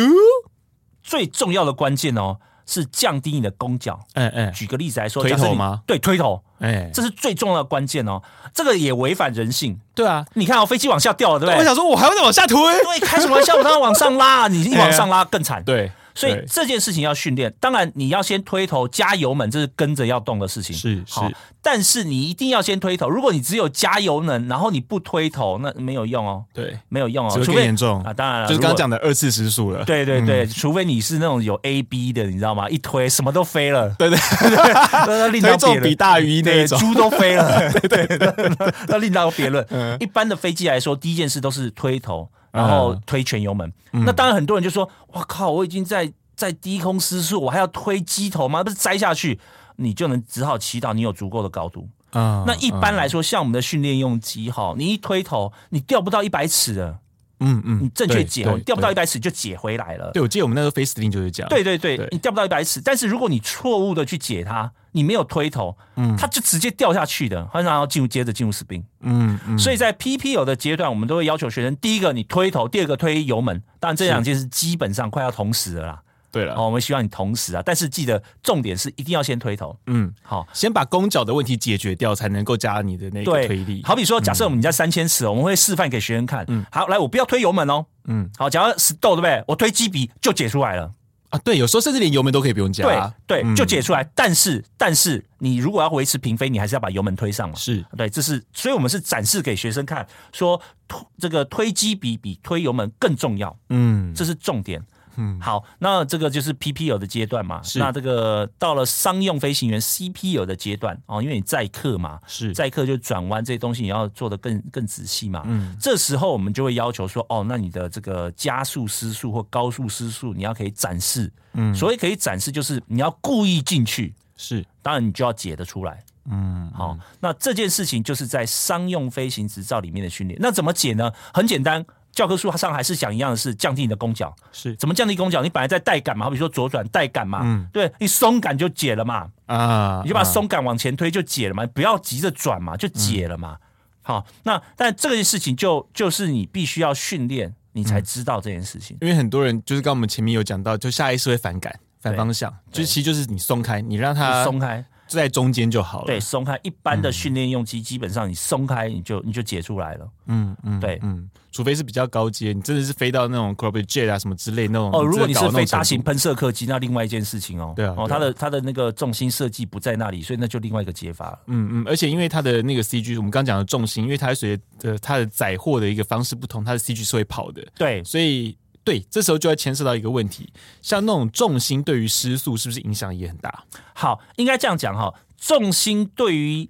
最重要的关键哦是降低你的弓脚。
哎哎
举个例子来说，
推头
假设你
吗？
对，推头，
哎，
这是最重要的关键哦。这个也违反人性。
对啊，
你看哦，飞机往下掉了，对不
我
对？
想说，我还要再往下推。
对，开什么玩笑？我当然往上拉，你一往上拉更惨。，
哎对，
所以
对
这件事情要训练。当然，你要先推头加油门，这是跟着要动的事情。
是
好
是，
但是你一定要先推头。如果你只有加油门，然后你不推头，那没有用哦，
对，
没有用哦，
只会
除
更
非
严重
啊。当然了，
就是刚
如
刚
果
讲嗯的二次失速了。
对对对，除非你是那种有 A B 的，你知道吗？一推什么都飞了，
对对，
那另
推
当
重
别
比
论。
大于一那
对，
一种。
猪都飞了， 对对对， 那另当别论。
嗯
一般的飞机来说，第一件事都是推头，然后推全油门。
嗯
那当然，很多人就说：“我靠，我已经在在低空失速，我还要推机头吗？不是栽下去？”你就能只好祈祷你有足够的高度。
啊
那一般来说，像我们的训练用机哈，你一推头，你掉不到一百尺的，
嗯嗯，
你正确
对
解
对
哦，掉不到一
对
百尺就解回来了。
对，我记得我们那个 face l i n 就是这样。
对对对，
对
你掉不到一百尺，但是如果你错误的去解它，你没有推头，它就直接掉下去的，它然后进入接着进入死冰。
嗯嗯，
所以在 PPL 的阶段，我们都会要求学生，第一个你推头，第二个推油门。当然这两件事基本上快要同时了啦。
对了，
哦，我们希望你同时啊，但是记得重点是一定要先推头。
嗯，
好，
先把弓脚的问题解决掉，才能够加你的那个
对，
推力。嗯
好比说，假设我们在三千尺，我们会示范给学生看。好，来，我不要推油门哦。
嗯
好，假如 s t o 对不对？我推机鼻就解出来了。
啊，对，有时候甚至连油门都可以不用加。
对
嗯
对，就解出来。但是但是，你如果要维持平飞，你还是要把油门推上嘛。
是
对，这是所以我们是展示给学生看，说推这个推机比比推油门更重要，
嗯，
这是重点。嗯，好，那这个就是 PPL 的阶段嘛。
是
那这个到了商用飞行员 CPL 的阶段哦，因为你载客嘛，
是
载客就转弯这些东西，你要做的更更仔细嘛。嗯，这时候我们就会要求说，哦，那你的这个加速失速或高速失速，你要可以展示。嗯，所谓可以展示，就是你要故意进去，
是，
当然你就要解得出来。嗯，好，那这件事情就是在商用飞行执照里面的训练。那怎么解呢？很简单，教科书上还是讲一样的是降低你的弓脚。
是
怎么降低弓脚？你本来在带杆嘛，好比说左转带杆嘛，
嗯
对，一松杆就解了嘛。
啊，
你就把
啊
松杆往前推就解了嘛，不要急着转嘛，就解了
嗯
嘛。好，那但这个事情就就是你必须要训练，你才知道这件事情。
因为很多人就是刚我们前面有讲到，就下意识会反感、反
对
方向，就
对
其实就是你松开，你让它
就松开，
在中间就好了。
对，松开。一般的训练用机，基本上你松开，你就你就解出来了。
嗯嗯，
对
嗯，除非是比较高阶，你真的是飞到那种 corporate jet 啊什么之类那种。
哦，如果你
真
是
的搞到那
飞
种
大
程度
型，喷射客机，那另外一件事情哦。
对啊
哦，
对啊
它的它的那个重心设计不在那里，所以那就另外一个解法了。
嗯嗯，而且因为它的那个 CG，我们刚讲的重心，因为它随着呃它的载货的一个方式不同，它的 CG 是会跑的，
对，
所以对，这时候就要牵涉到一个问题，像那种重心对于失速是不是影响也很大？
好，应该这样讲哈，重心对于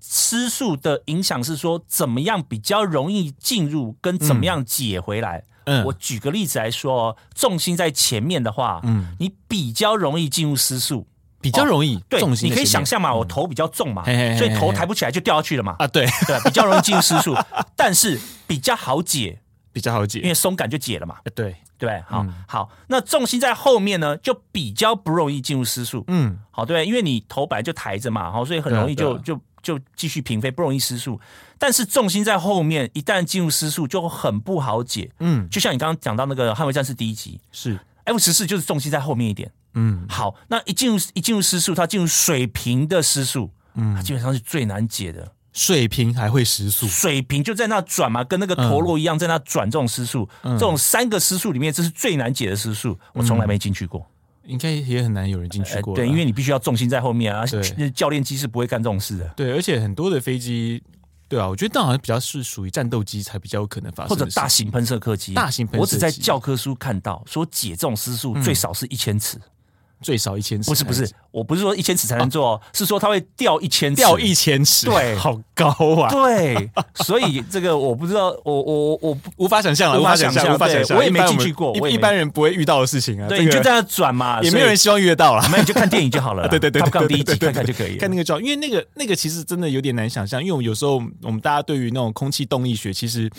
失速的影响是说，怎么样比较容易进入，跟怎么样解回来。
嗯
我举个例子来说哦，重心在前面的话，嗯，你比较容易进入失速。
比较容易
哦对
重，心
你
在
可以
前
想
面嗯
象嘛，我头比较重嘛，
嘿嘿嘿
所以
嘿
头
嘿
抬不起来就掉下去了嘛，
啊，对，
对，比较容易进入失速， 但是比较好解，
比较好
因
解，
为松感就解了嘛，
呃对，
对不对？好、好，那重心在后面呢，就比较不容易进入失速，
嗯，
好，对不对，因为你头本来就抬着嘛，好，所以很
对啊
容易就、
对啊
就就继续平飞，不容易失速。但是重心在后面，一旦进入失速就很不好解，
嗯，
就像你刚刚讲到那个《捍卫战士》第一集
是，
，F 十四就是重心在后面一点，
嗯，
好，那一进入一进入失速，它进入水平的失速，嗯，它基本上是最难解的。
水平还会时速，
水平就在那转嘛，跟那个
嗯
陀螺一样在那转。这种失速，这种三个失速里面，这是最难解的失速，我从来没进去过。
应该也很难有人进嗯去
呃
过啦、
对，因为你必须要重心在后面啊
对，
教练机是不会干这种事的，
对，而且很多的飞机，对啊，我觉得那好像比较是属于战斗机才比较有可能发
或
生
者
的事，
大型喷射客机。
大型喷射机嗯
我只在教科书看到说解这种失速最少是一千尺，
最少一千尺，
不是不是，，我不是说一千尺才能做，哦，是说它会掉一千尺，
啊掉一千尺，
对
好高啊，
对，所以这个我不知道，我我我不
无法想象了，
无
无
法
法
想
想
象
象，无法想
对
象，
我也
一
没
般
进
们
去过我也
一一
没
般人不会遇到的事情啊，
对，
这
你
个
就在那转嘛，
也没有人希望遇得到啦。
所以，没有你就看电影就 好了啦。
对对对
t
对
o 第一集
对对
看看就可以了。
看那个照，因为那个那个其实真的有点难想象，因为我们有时候我们大家对于那种空气动力学其实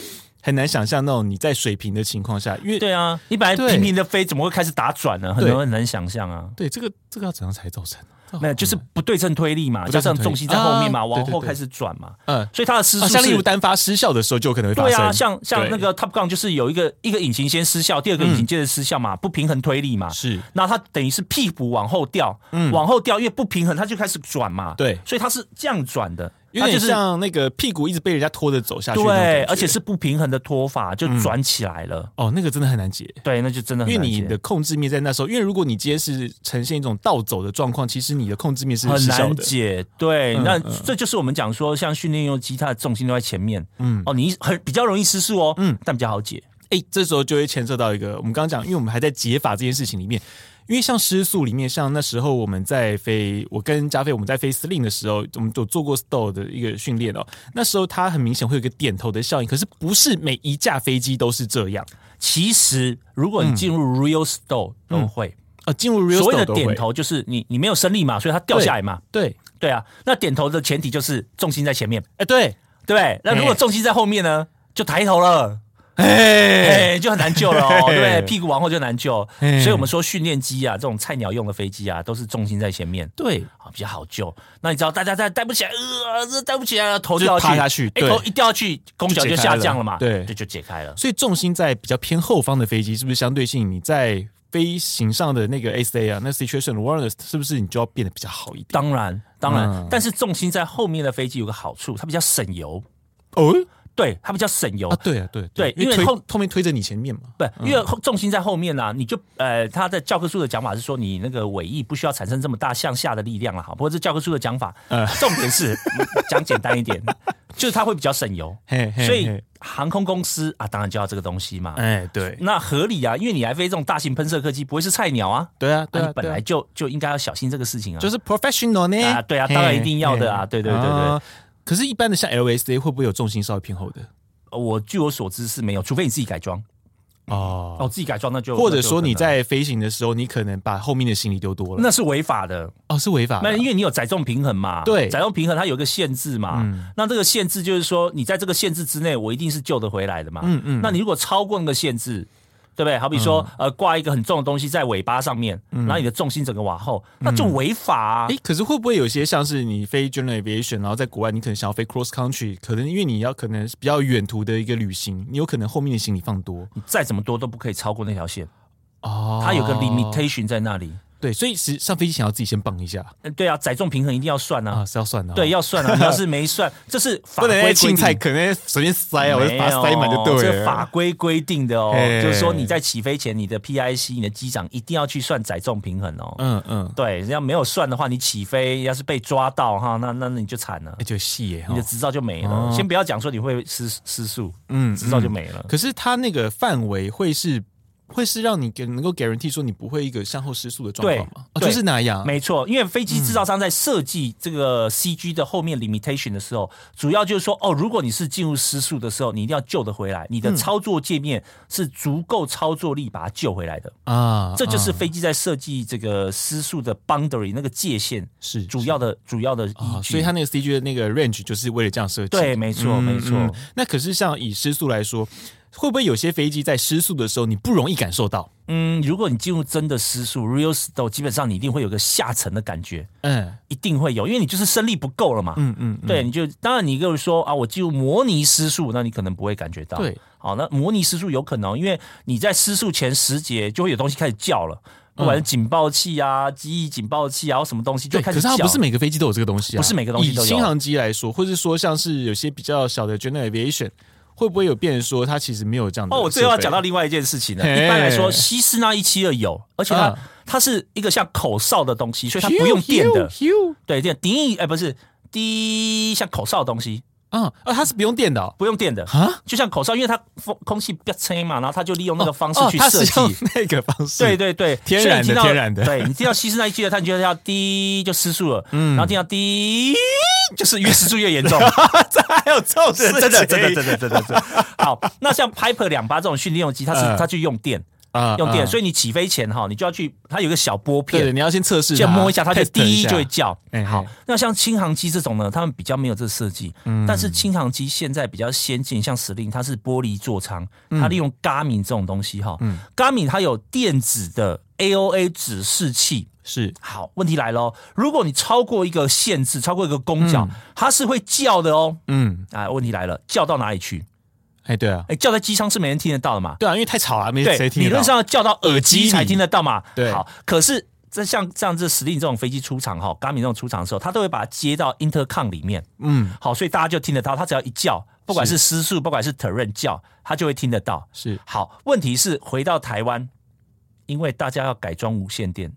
很难想象那种你在水平的情况下，因为
对啊，你本来
对
平平的飞，怎么会开始打转呢？很
对哦
多人很难想象啊。
对这个这个要怎样才造成？啊这好
没有，就是不对称推力嘛，
不
加
对
上
称推力
重心在后面嘛，
啊
往
对对
后
对
开始转嘛，
嗯，
所以它的失
啊
速
像例如
呃是。
单发失效的时候就可能会发
对
生，
啊，像像
对嗯
那个 Top Gun 就是有一个一个引擎先失效，第二个引擎接着失效嘛，不平衡推力嘛，
是嗯
那它等于是屁股往后掉，往后掉，因为不平衡，它就开始转嘛，
对
所以它是这样转的，
有
它
点
就是
像那个屁股一直被人家拖着走下去那种感觉，
对，而且是不平衡的拖法就转起来了，
哦，那个真的很难解。
对，那就真的很
因为
难
你
解
的控制面在那时候，因为如果你今天是呈现一种倒走的状况，其实你的控制面是
很
失效
难
的。
解，对，那
嗯
这就是我们讲说，像训练用机，它的重心都在前面，嗯，哦，你很比较容易失速哦，嗯，但比较好解，
哎、这时候就会牵涉到一个，我们刚刚讲，因为我们还在解法这件事情里面，因为像失速里面，像那时候我们在飞，我跟加菲我们在飞 sling 的时候，我们有做过 stow 的一个训练哦，那时候它很明显会有一个点头的效应，可是不是每一架飞机都是这样
其实如果
嗯
你进入 real store 都会，
啊，进入 real
所谓
stow
的
都会
点，头就是你你没有升力嘛，所以它掉下来嘛，
对，
对啊，那点头的前提就是重心在前面，
哎、对，
对不对，那如果重心在后面呢，就抬头了。
哎、
哎、就很难救了哦，
嘿
对，屁股往后就难救，
嘿
所以我们说训练机啊，这种菜鸟用的飞机啊，都是重心在前面，
对，
啊，比较好救。那你知道大家在带不起来，呃，这带不起来了，头
就
掉下
趴
去，
下去
哎
对
头一掉下去，弓脚就
就解开
下
了
降了嘛，
对
这就解开了。
所以重心在比较偏后方的飞机，是不是相对性你在飞行上的那个 SA 啊，那 situation awareness 是不是你就要变得比较好一点？
当然，当然，
嗯
但是重心在后面的飞机有个好处，它比较省油，
哦
对，它比较省油。
啊，对啊，对
对因为
推
后
后面推着你前面嘛，
不，因
嗯
为后重心在后面啦、你就呃，他的教科书的讲法是说，你那个尾翼不需要产生这么大向下的力量了，哈。不过这教科书的讲法，
嗯
重点是 讲简单一点，就是它会比较省油，
嘿嘿
所以
嘿
航空公司啊，当然就要这个东西嘛，
哎，对，
那合理啊，因为你来飞这种大型喷射客机，不会是菜鸟啊，
对啊，
那
对啊，
你本
对啊
来就就应该要小心这个事情啊。
就是 professional 呢
啊对啊当然一定要的啊对对对对。
嘿嘿哦可是，一般的像 LSA 会不会有重心稍微偏后的
我据我所知是没有，除非你自己改装
哦？
哦，自己改装那就
或者说
那就
你。
有可能
在飞行的时候，你可能把后面的行李丢多了，
那是违法的，
哦是违法的
那因为你有载重平衡嘛，
对嗯
载重平衡它有一个限制嘛，那这个限制就是说你在这个限制之内，我一定是救得回来的嘛，嗯嗯，那你如果超过那个限制，对不对？好比说、
嗯
呃挂一个很重的东西在尾巴上面，然后你的重心整个往后，
嗯
那就违法啊，
哎，可是会不会有些像是你飞 general aviation，然后在国外你可能想要飞 cross country，可能因为你要可能比较远途的一个旅行，你有可能后面的行李放多
你再怎么多都不可以超过那条线。
哦
它有个 limitation 在那里。
对，所以实上飞机前要自己先绑一下
嗯，对啊，载重平衡一定要算啊，
啊，是要算的哦，啊
对，要算 啊。你要是没算，这是法
不能
规规
在青菜，
定。
可能随便塞啊，我就
没有
把它塞满就对
这
了。
法规规定的哦，
嘿
就是说你在起飞前，你的 PIC、你的机长一定要去算载重平衡哦。
嗯嗯，
对，要没有算的话，你起飞要是被抓到哈，那那那你就惨了
那，就哎细耶
你
哈
的。执照就没了。
哦
先不要讲说你会失失速，
嗯
执照就
嗯
没了。
可是它那个范围会是会是让你给能够 guarantee 说你不会一个向后失速的状况吗？哦，
对
就是哪样？
没错，因为飞机制造商在设计这个 CG 的后面 limitation 的时候，主要就是说，哦，如果你是进入失速的时候，你一定要救得回来，你
嗯
的操作界面是足够操作力把它救回来的。
啊，
这就是
啊
飞机在设计这个失速的 boundary 那个界限
是
主要的主要的
啊、
依
所
据
以。它那个 CG 的那个 range 就是为了这样设计。
对，没错，
嗯
没错。
嗯那可是像以失速来说，会不会有些飞机在失速的时候你不容易感受到？
嗯，如果你进入真的失速 real slow，基本上你一定会有个下沉的感觉，
嗯
一定会有，因为你就是升力不够了嘛。
嗯嗯，嗯
对，你就当然你跟我说啊，我进入模拟失速，那你可能不会感觉到。
对，
好，那模拟失速有可能，因为你在失速前十节就会有东西开始叫了，不管是警报器啊、机翼警报器啊，或什么东西就
嗯对，
开
可
始叫。
是它不是每个飞机都有这个东西啊，
不是每个东西都有
以新航机来说，或是说像是有些比较小的 general aviation，会不会有变成说它其实没有这样的？
哦，我最后要讲到。另外一件事情了。一般来说，
嘿
西斯那一七二有，而且它、
嗯
它是一个像口哨的东西，所以它不用电的。
咻
对，电笛哎不是滴，像口哨的东西
啊啊！它是不用电的哦
不用电的，
啊
就像口哨，因为它风空气比较吹嘛，然后它就利用那个方式
哦
去
它
设
是
计。
用那个方式，
对对对，
天
所以
然
你
的
听到
天然的
对你听到西斯那一句的，它你觉得要滴就失速了，嗯，然后听到滴就是越失速越严重，
这还有这种事
真
情
的真的真的真的真的真的。好，那像 Piper 两八这种训练用机，它是
嗯
它去用电
啊
用电，所
以
以你起飞前哈，你就要去它有一个小拨
对的，
片，
你要先测试它，
先摸一下，它就
test
滴
下
就会叫。
哎
好
嘿，
那像轻航机这种呢，他们比较没有这个设计，
嗯
但是轻航机现在比较先进，像时令它是玻璃座舱，
嗯
它利用 Garmin 这种东西哈、g a r m i n 它有电子的 AOA 指示器。
是
好，问题来了哦，如果你超过一个限制，超过一个公角，它是会叫的哦。
嗯，
啊，问题来了，叫到哪里去？
哎对啊，
哎，叫在机舱是没人听得到的嘛？
对啊，因为太吵了，没谁
对，
听
理
得到
论上要叫到耳
耳机
机
里
才听得到嘛。
对
好，可是这像像这实力这种飞机出场哈，g a m i 这种出场的时候，它都会把它接到 intercom 里面。
嗯
好，所以大家就听得到，它只要一叫，不管是失速，不管是 terrain 叫，它就会听得到。
是
好，问题是回到台湾，因为大家要改装无线电，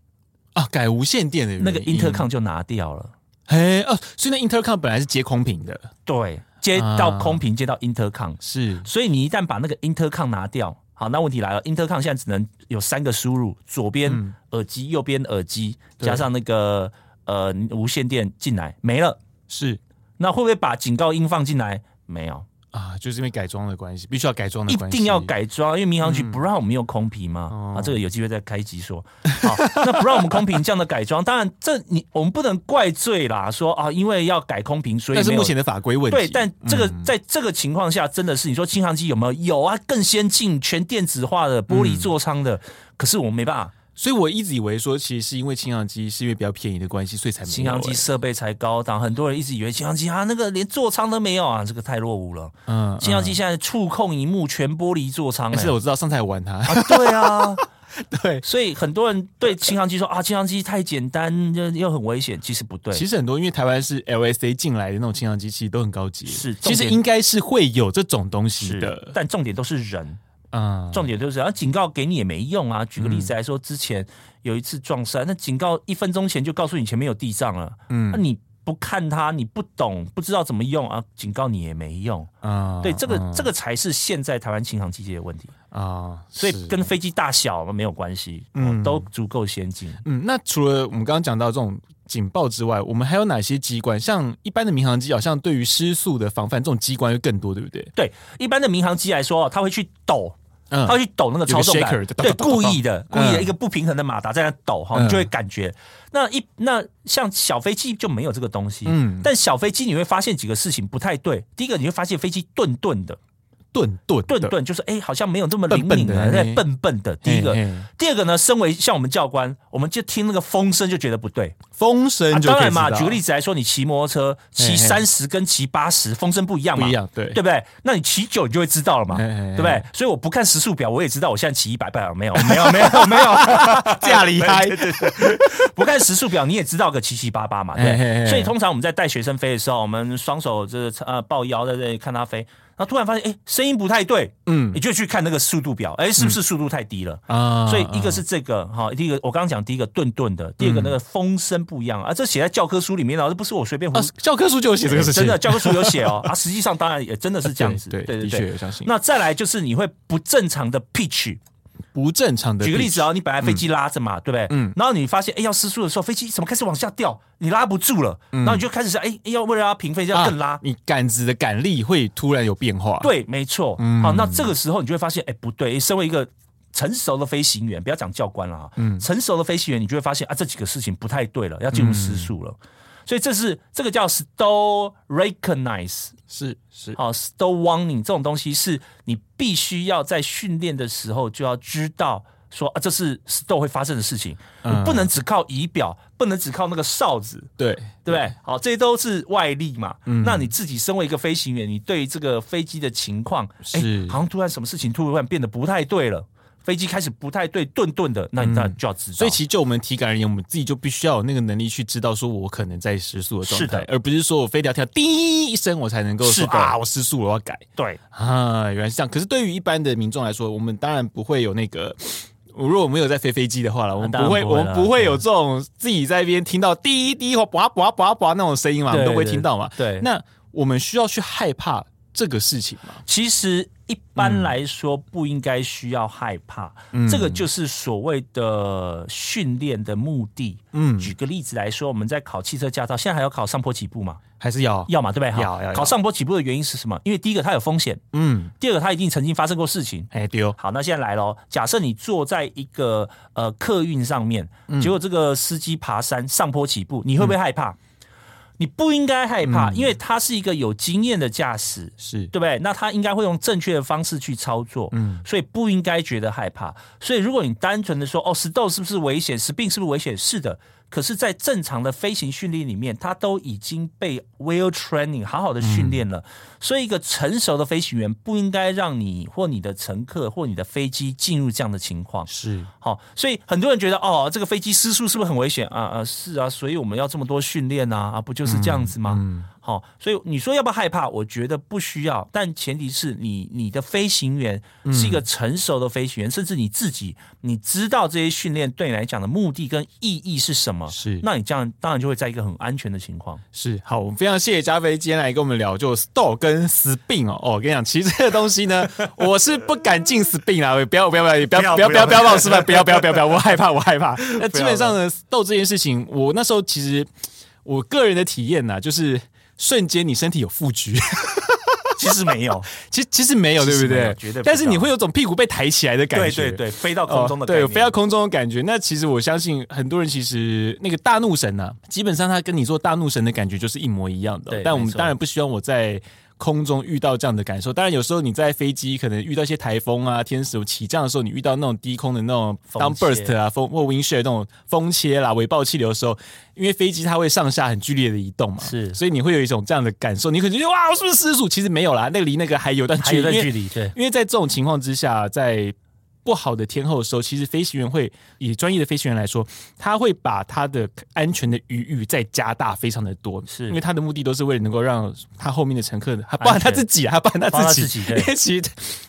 啊，改无线电的原因
那个 intercom 就拿掉了。
哎哦，所以那 intercom 本来是接空屏的，
对，接
啊
到空屏，接到 intercom，
是
所以你一旦把那个 intercom 拿掉，好，那问题来了，intercom 现在只能有三个输入，左边耳机，右边耳机，
嗯对
加上那个呃无线电进来，没了。
是
那会不会把警告音放进来？没有，
啊，就是因为改装的关系，必须要改装的
一
关系，嗯哦
定要改装，因为民航局不让我们用空瓶嘛。啊，这个有机会再开一集说。好，那不让我们空瓶这样的改装，当然这你我们不能怪罪啦，说啊，因为要改空瓶，所以
但是
没有
目前的法规问题，
对，但这个、
嗯
在这个情况下，真的是你说轻航机有没有？有啊，更先进、全电子化的玻璃座舱
嗯
的，可是我们没办法，
所以我一直以为说，其实是因为轻航机是因为比较便宜的关系，所以才没有
轻航机
哎
设备才高档，很多人一直以为轻航机啊，那个连座舱都没有啊，这个太落伍了。
嗯，
轻航机现在触控荧幕全玻璃座舱、
但是
欸，
我知道上次还玩它，
啊，对啊，
对。
所以很多人对轻航机说啊，轻航机太简单，又又很危险，其实不对。
其实很多，因为台湾是 LSA 进来的那种轻航机，其实都很高级。
是
其实
重点
应该是会有这种东西的。
嗯但重点都是人，
嗯，
重点就是，然后啊警告给你也没用啊。举个例子来说，之前有一次撞山，那警告一分钟前就告诉你前面有地藏了，嗯，那、你不看它，你不懂，不知道怎么用啊，警告你也没用。
啊，
对，这个、这个才是现在台湾轻航机械的问题，
啊，
所
是
以跟飞机大小没有关系，嗯，都足够先进。
嗯，那除了我们刚刚讲到这种警报之外，我们还有哪些机关？像一般的民航机，好像对于失速的防范，这种机关会更多，对不对？
对，一般的民航机来说，哦它会去抖。
嗯
它会去抖那个操纵
有
杆
个 shaker，，哒哒
对，
哒哒
故意的，故意的
嗯
一个不平衡的马达在那抖哈，
嗯
你就会感觉。那一那像小飞机就没有这个东西，
嗯
但小飞机你会发现几个事情不太对。第一个，你会发现飞机顿顿的，
顿顿
顿
的，
顿就是哎、好像没有这么
笨
灵
笨
敏
的
了，在
嘿
笨笨的。第一个
嘿嘿，
第二个呢，身为像我们教官，我们就听那个风声就觉得不对。
风声
啊、
就可以
当然嘛，
知道
举个例子来说，你骑摩托车骑
嘿嘿
三十跟骑八十风声不一样
不
嘛
一，样，对
对不对？那你骑久你就会知道了嘛，
嘿嘿嘿
对不对？所以我不看时速表，我也知道我现在骑一百百没有，没有，没有，没有，
驾 离开，
不看时速表你也知道个七七八八嘛，对不
嘿嘿嘿
对。所以通常我们在带学生飞的时候，我们双手这呃抱腰在这里看他飞，然后突然发现哎声音不太对，
嗯
你就去看那个速度表，哎是不是速度太低了？
啊
所以一个是这个哈，第一个我刚刚讲第一个顿顿的，第二个那个风声不一样啊，这写在教科书里面啊，这不是我随便胡
啊，教科书就有写这个事情，
真的教科书有写哦 啊，实际上当然也真的是这样子，
对，
对
的
对
确
对。
有相信。
那再来就是你会不正常的 pitch，
不正常的。
举个例子，啊，你本来飞机拉着嘛，对不对？嗯，然后你发现哎要失速的时候，飞机怎么开始往下掉？你拉不住了，然后你就开始想哎要为了要平飞，要更拉
嗯啊。你杆子的杆力会突然有变化。，
对，没错。
嗯
好，那这个时候你就会发现，哎，不对，身为一个成熟的飞行员，不要讲教官了啊，
嗯
成熟的飞行员，你就会发现啊，这几个事情不太对了，要进入失速了。
嗯
所以这是这个叫 stow recognize
是是，
好 stow warning 这种东西，是你必须要在训练的时候就要知道。说啊，这是 stow 会发生的事情，你不
嗯
能只靠仪表，不能只靠那个哨子，
对，嗯
对不对？好，这些都是外力嘛。那你自己身为一个飞行员，你对于这个飞机的情况，哎
是
好像突然什么事情突然变得不太对了，飞机开始不太对，顿顿的，那你那就要知道。
嗯所以其实就我们体感而言，我们自己就必须要有那个能力去知道，说我可能在失速的状
是
态
的，
而不是说我非得要跳滴一声我才能够
是
说
的
啊，我失速了，我要改
对，
啊。原来是这样。可是对于一般的民众来说，我们当然不会有那个。如果我们有在飞飞机的话了，我们
啊当然
不会，
不会
我
啦
们不会有这种自己在一边听到滴滴或叭叭叭叭那种声音啊嘛，我们都不会听到嘛。
对，那
那我们需要去害怕这个事情吗？
其实一
嗯
般来说不应该需要害怕，这个就是所谓的训练的目的。
嗯，
举个例子来说，我们在考汽车驾照，现在还要考上坡起步嘛？
还是要
要嘛，对不对？好
要要要
考上坡起步的原因是什么？因为第一个它有风险，
嗯，
第二个它一定曾经发生过事情。
哎丢、
好，那现在来喽。假设你坐在一个呃客运上面，
嗯
结果这个司机爬山上坡起步，你会不会害怕？你不应该害怕，
嗯
因为他是一个有经验的驾驶，
是
对不对？那他应该会用正确的方式去操作，嗯，所以不应该觉得害怕。所以如果你单纯的说哦，石豆是不是危险，石病是不是危险？是的。可是，在正常的飞行训练里面，他都已经被 well training 好好的训练了。所以，一个成熟的飞行员不应该让你或你的乘客或你的飞机进入这样的情况。
是，
好、所以很多人觉得哦，这个飞机失速是不是很危险啊？啊，是啊，所以我们要这么多训练啊，啊，不就是这样子吗？
嗯
好、所以你说要不要害怕？我觉得不需要，但前提是你你的飞行员
嗯
是一个成熟的飞行员，甚至你自己，你知道这些训练对你来讲的目的跟意义是什么。
是
那你这样当然就会在一个很安全的情况。
是好，我们非常谢谢加菲今天来跟我们聊就 stall 跟死病哦。哦，我跟你讲，其实这个东西呢，我是不敢进死病啦，我不要不要不要不要不要不要不要帮我示范，不要不要不要不要，我害怕我害怕。那基本上呢，stall 这件事情，我那时候其实我个人的体验呐、就是瞬间你身体有负局，
其实没有，
其实其实没有，对不
其实没
对
有？绝对不
但是你
到
会有种屁股被抬起来 的感
对
觉，
对对，飞到空中的
哦
概念、
对，飞到空中的感觉。那其实我相信很多人其实那个大怒神呢、基本上他跟你做大怒神的感觉就是一模一样的哦、
对
但我们
没错
当然不希望我在。空中遇到这样的感受，当然有时候你在飞机可能遇到一些台风啊、天使起降的时候，你遇到那种低空的那种
风
downburst
切
啊、风或 wind shear 那种风切啦、尾爆气流的时候，因为飞机它会上下很剧烈的移动嘛，
是
所以你会有一种这样的感受，你可能觉得哇，我是不是失速？其实没有啦，那离那个还有段
还
距
有
离，
一段
因为
距离，对。
因为在这种情况之下，在不好的天候的时候，其实飞行员会以专业的飞行员来说，他会把他的安全的余裕再加大非常的多，
是
因为他的目的都是为了能够让他后面的乘客，他包含他自己啊，他包含
包含
他
他
自
自
己
己，
因
对
为其实，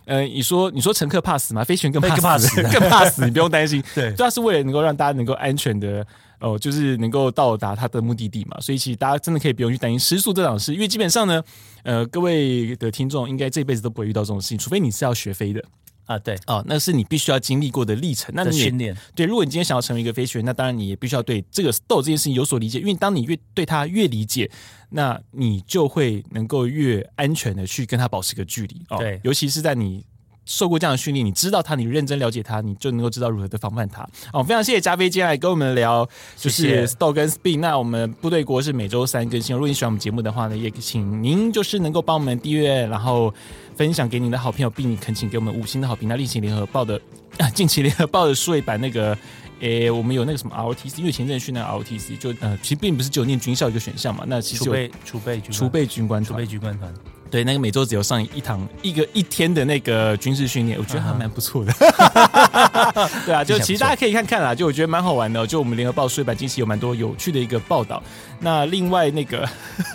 呃，你说你说乘客怕死吗？飞行员更
更
怕
怕
死，
死
更怕死，你不用担 心，
对
主要是为了能够让大家能够安全的。哦，就是能够到达他的目的地嘛，所以其实大家真的可以不用去担心失速这档事，因为基本上呢，呃，各位的听众应该这辈子都不会遇到这种事情，除非你是要学飞的
啊，对
哦，那是你必须要经历过的历程。那
的
你也
训练
对，如果你今天想要成为一个飞行员，那当然你也必须要对这个 stow 这件事情有所理解，因为当你越对它越理解，那你就会能够越安全的去跟它保持一个距离哦。
对
尤其是在你。受过这样的训练，你知道它，你认真了解它，你就能够知道如何的防范它。哦，非常谢谢加菲今天来跟我们聊，就
谢
是
谢
Stow 跟 Spin。那我们部队国是每周三更新，如果你喜欢我们节目的话呢，也请您就是能够帮我们订阅，然后分享给你的好朋友，并恳请给我们五星的好评。那近期联合报的啊，近期联合报的数位版那个，诶、我们有那个什么 ROTC，因为前阵子去那个 ROTC 就呃，其实并不是只有念军校一个选项嘛，那其
储
实有
备储备军官
储备军官
储
团
备，军官团，
对，那个每周只有上一堂一个一天的那个军事训练，我觉得还蛮不错的。对啊，就其实大家可以看看啦，就我觉得蛮好玩的哦、就我们联合报税版近期有蛮多有趣的一个报道。那另外那个。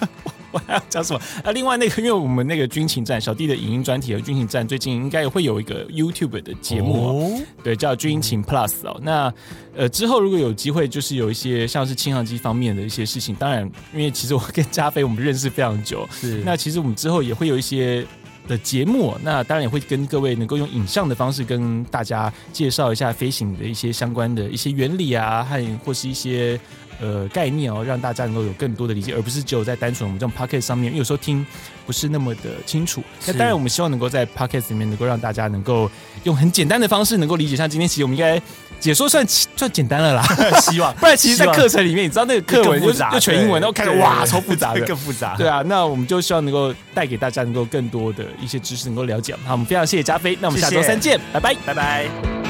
我还要讲什么？啊，另外那个，因为我们那个军情站小弟的影音专题和军情站最近应该也会有一个 YouTube 的节目、哦，
哦
对，叫军情 Plus 哦。那呃，之后如果有机会，就是有一些像是轻航机方面的一些事情，当然，因为其实我跟加菲我们认识非常久，
是
那其实我们之后也会有一些的节目。那当然也会跟各位能够用影像的方式跟大家介绍一下飞行的一些相关的一些原理啊，和或是一些呃概念哦，让大家能够有更多的理解，而不是只有在单纯我们这种 p o c k e t 上面，因为有时候听不是那么的清楚。那
是
当然，我们希望能够在 p o c k e t 里面能够让大家能够用很简单的方式能够理解。像今天其实我们应该解说算算简单 了啦，
希望
不然其实，在
希望
课程里面，你知道那个课文
更
就
复
是
杂
就全英文，
对
然后开始
对
哇，
对
超复 杂的，
更复杂。
对啊，那我们就希望能够带给大家能够更多的一些知识，能够了解。好，我们非常谢谢加菲，那我们下周
谢谢
三见，拜拜。
拜拜。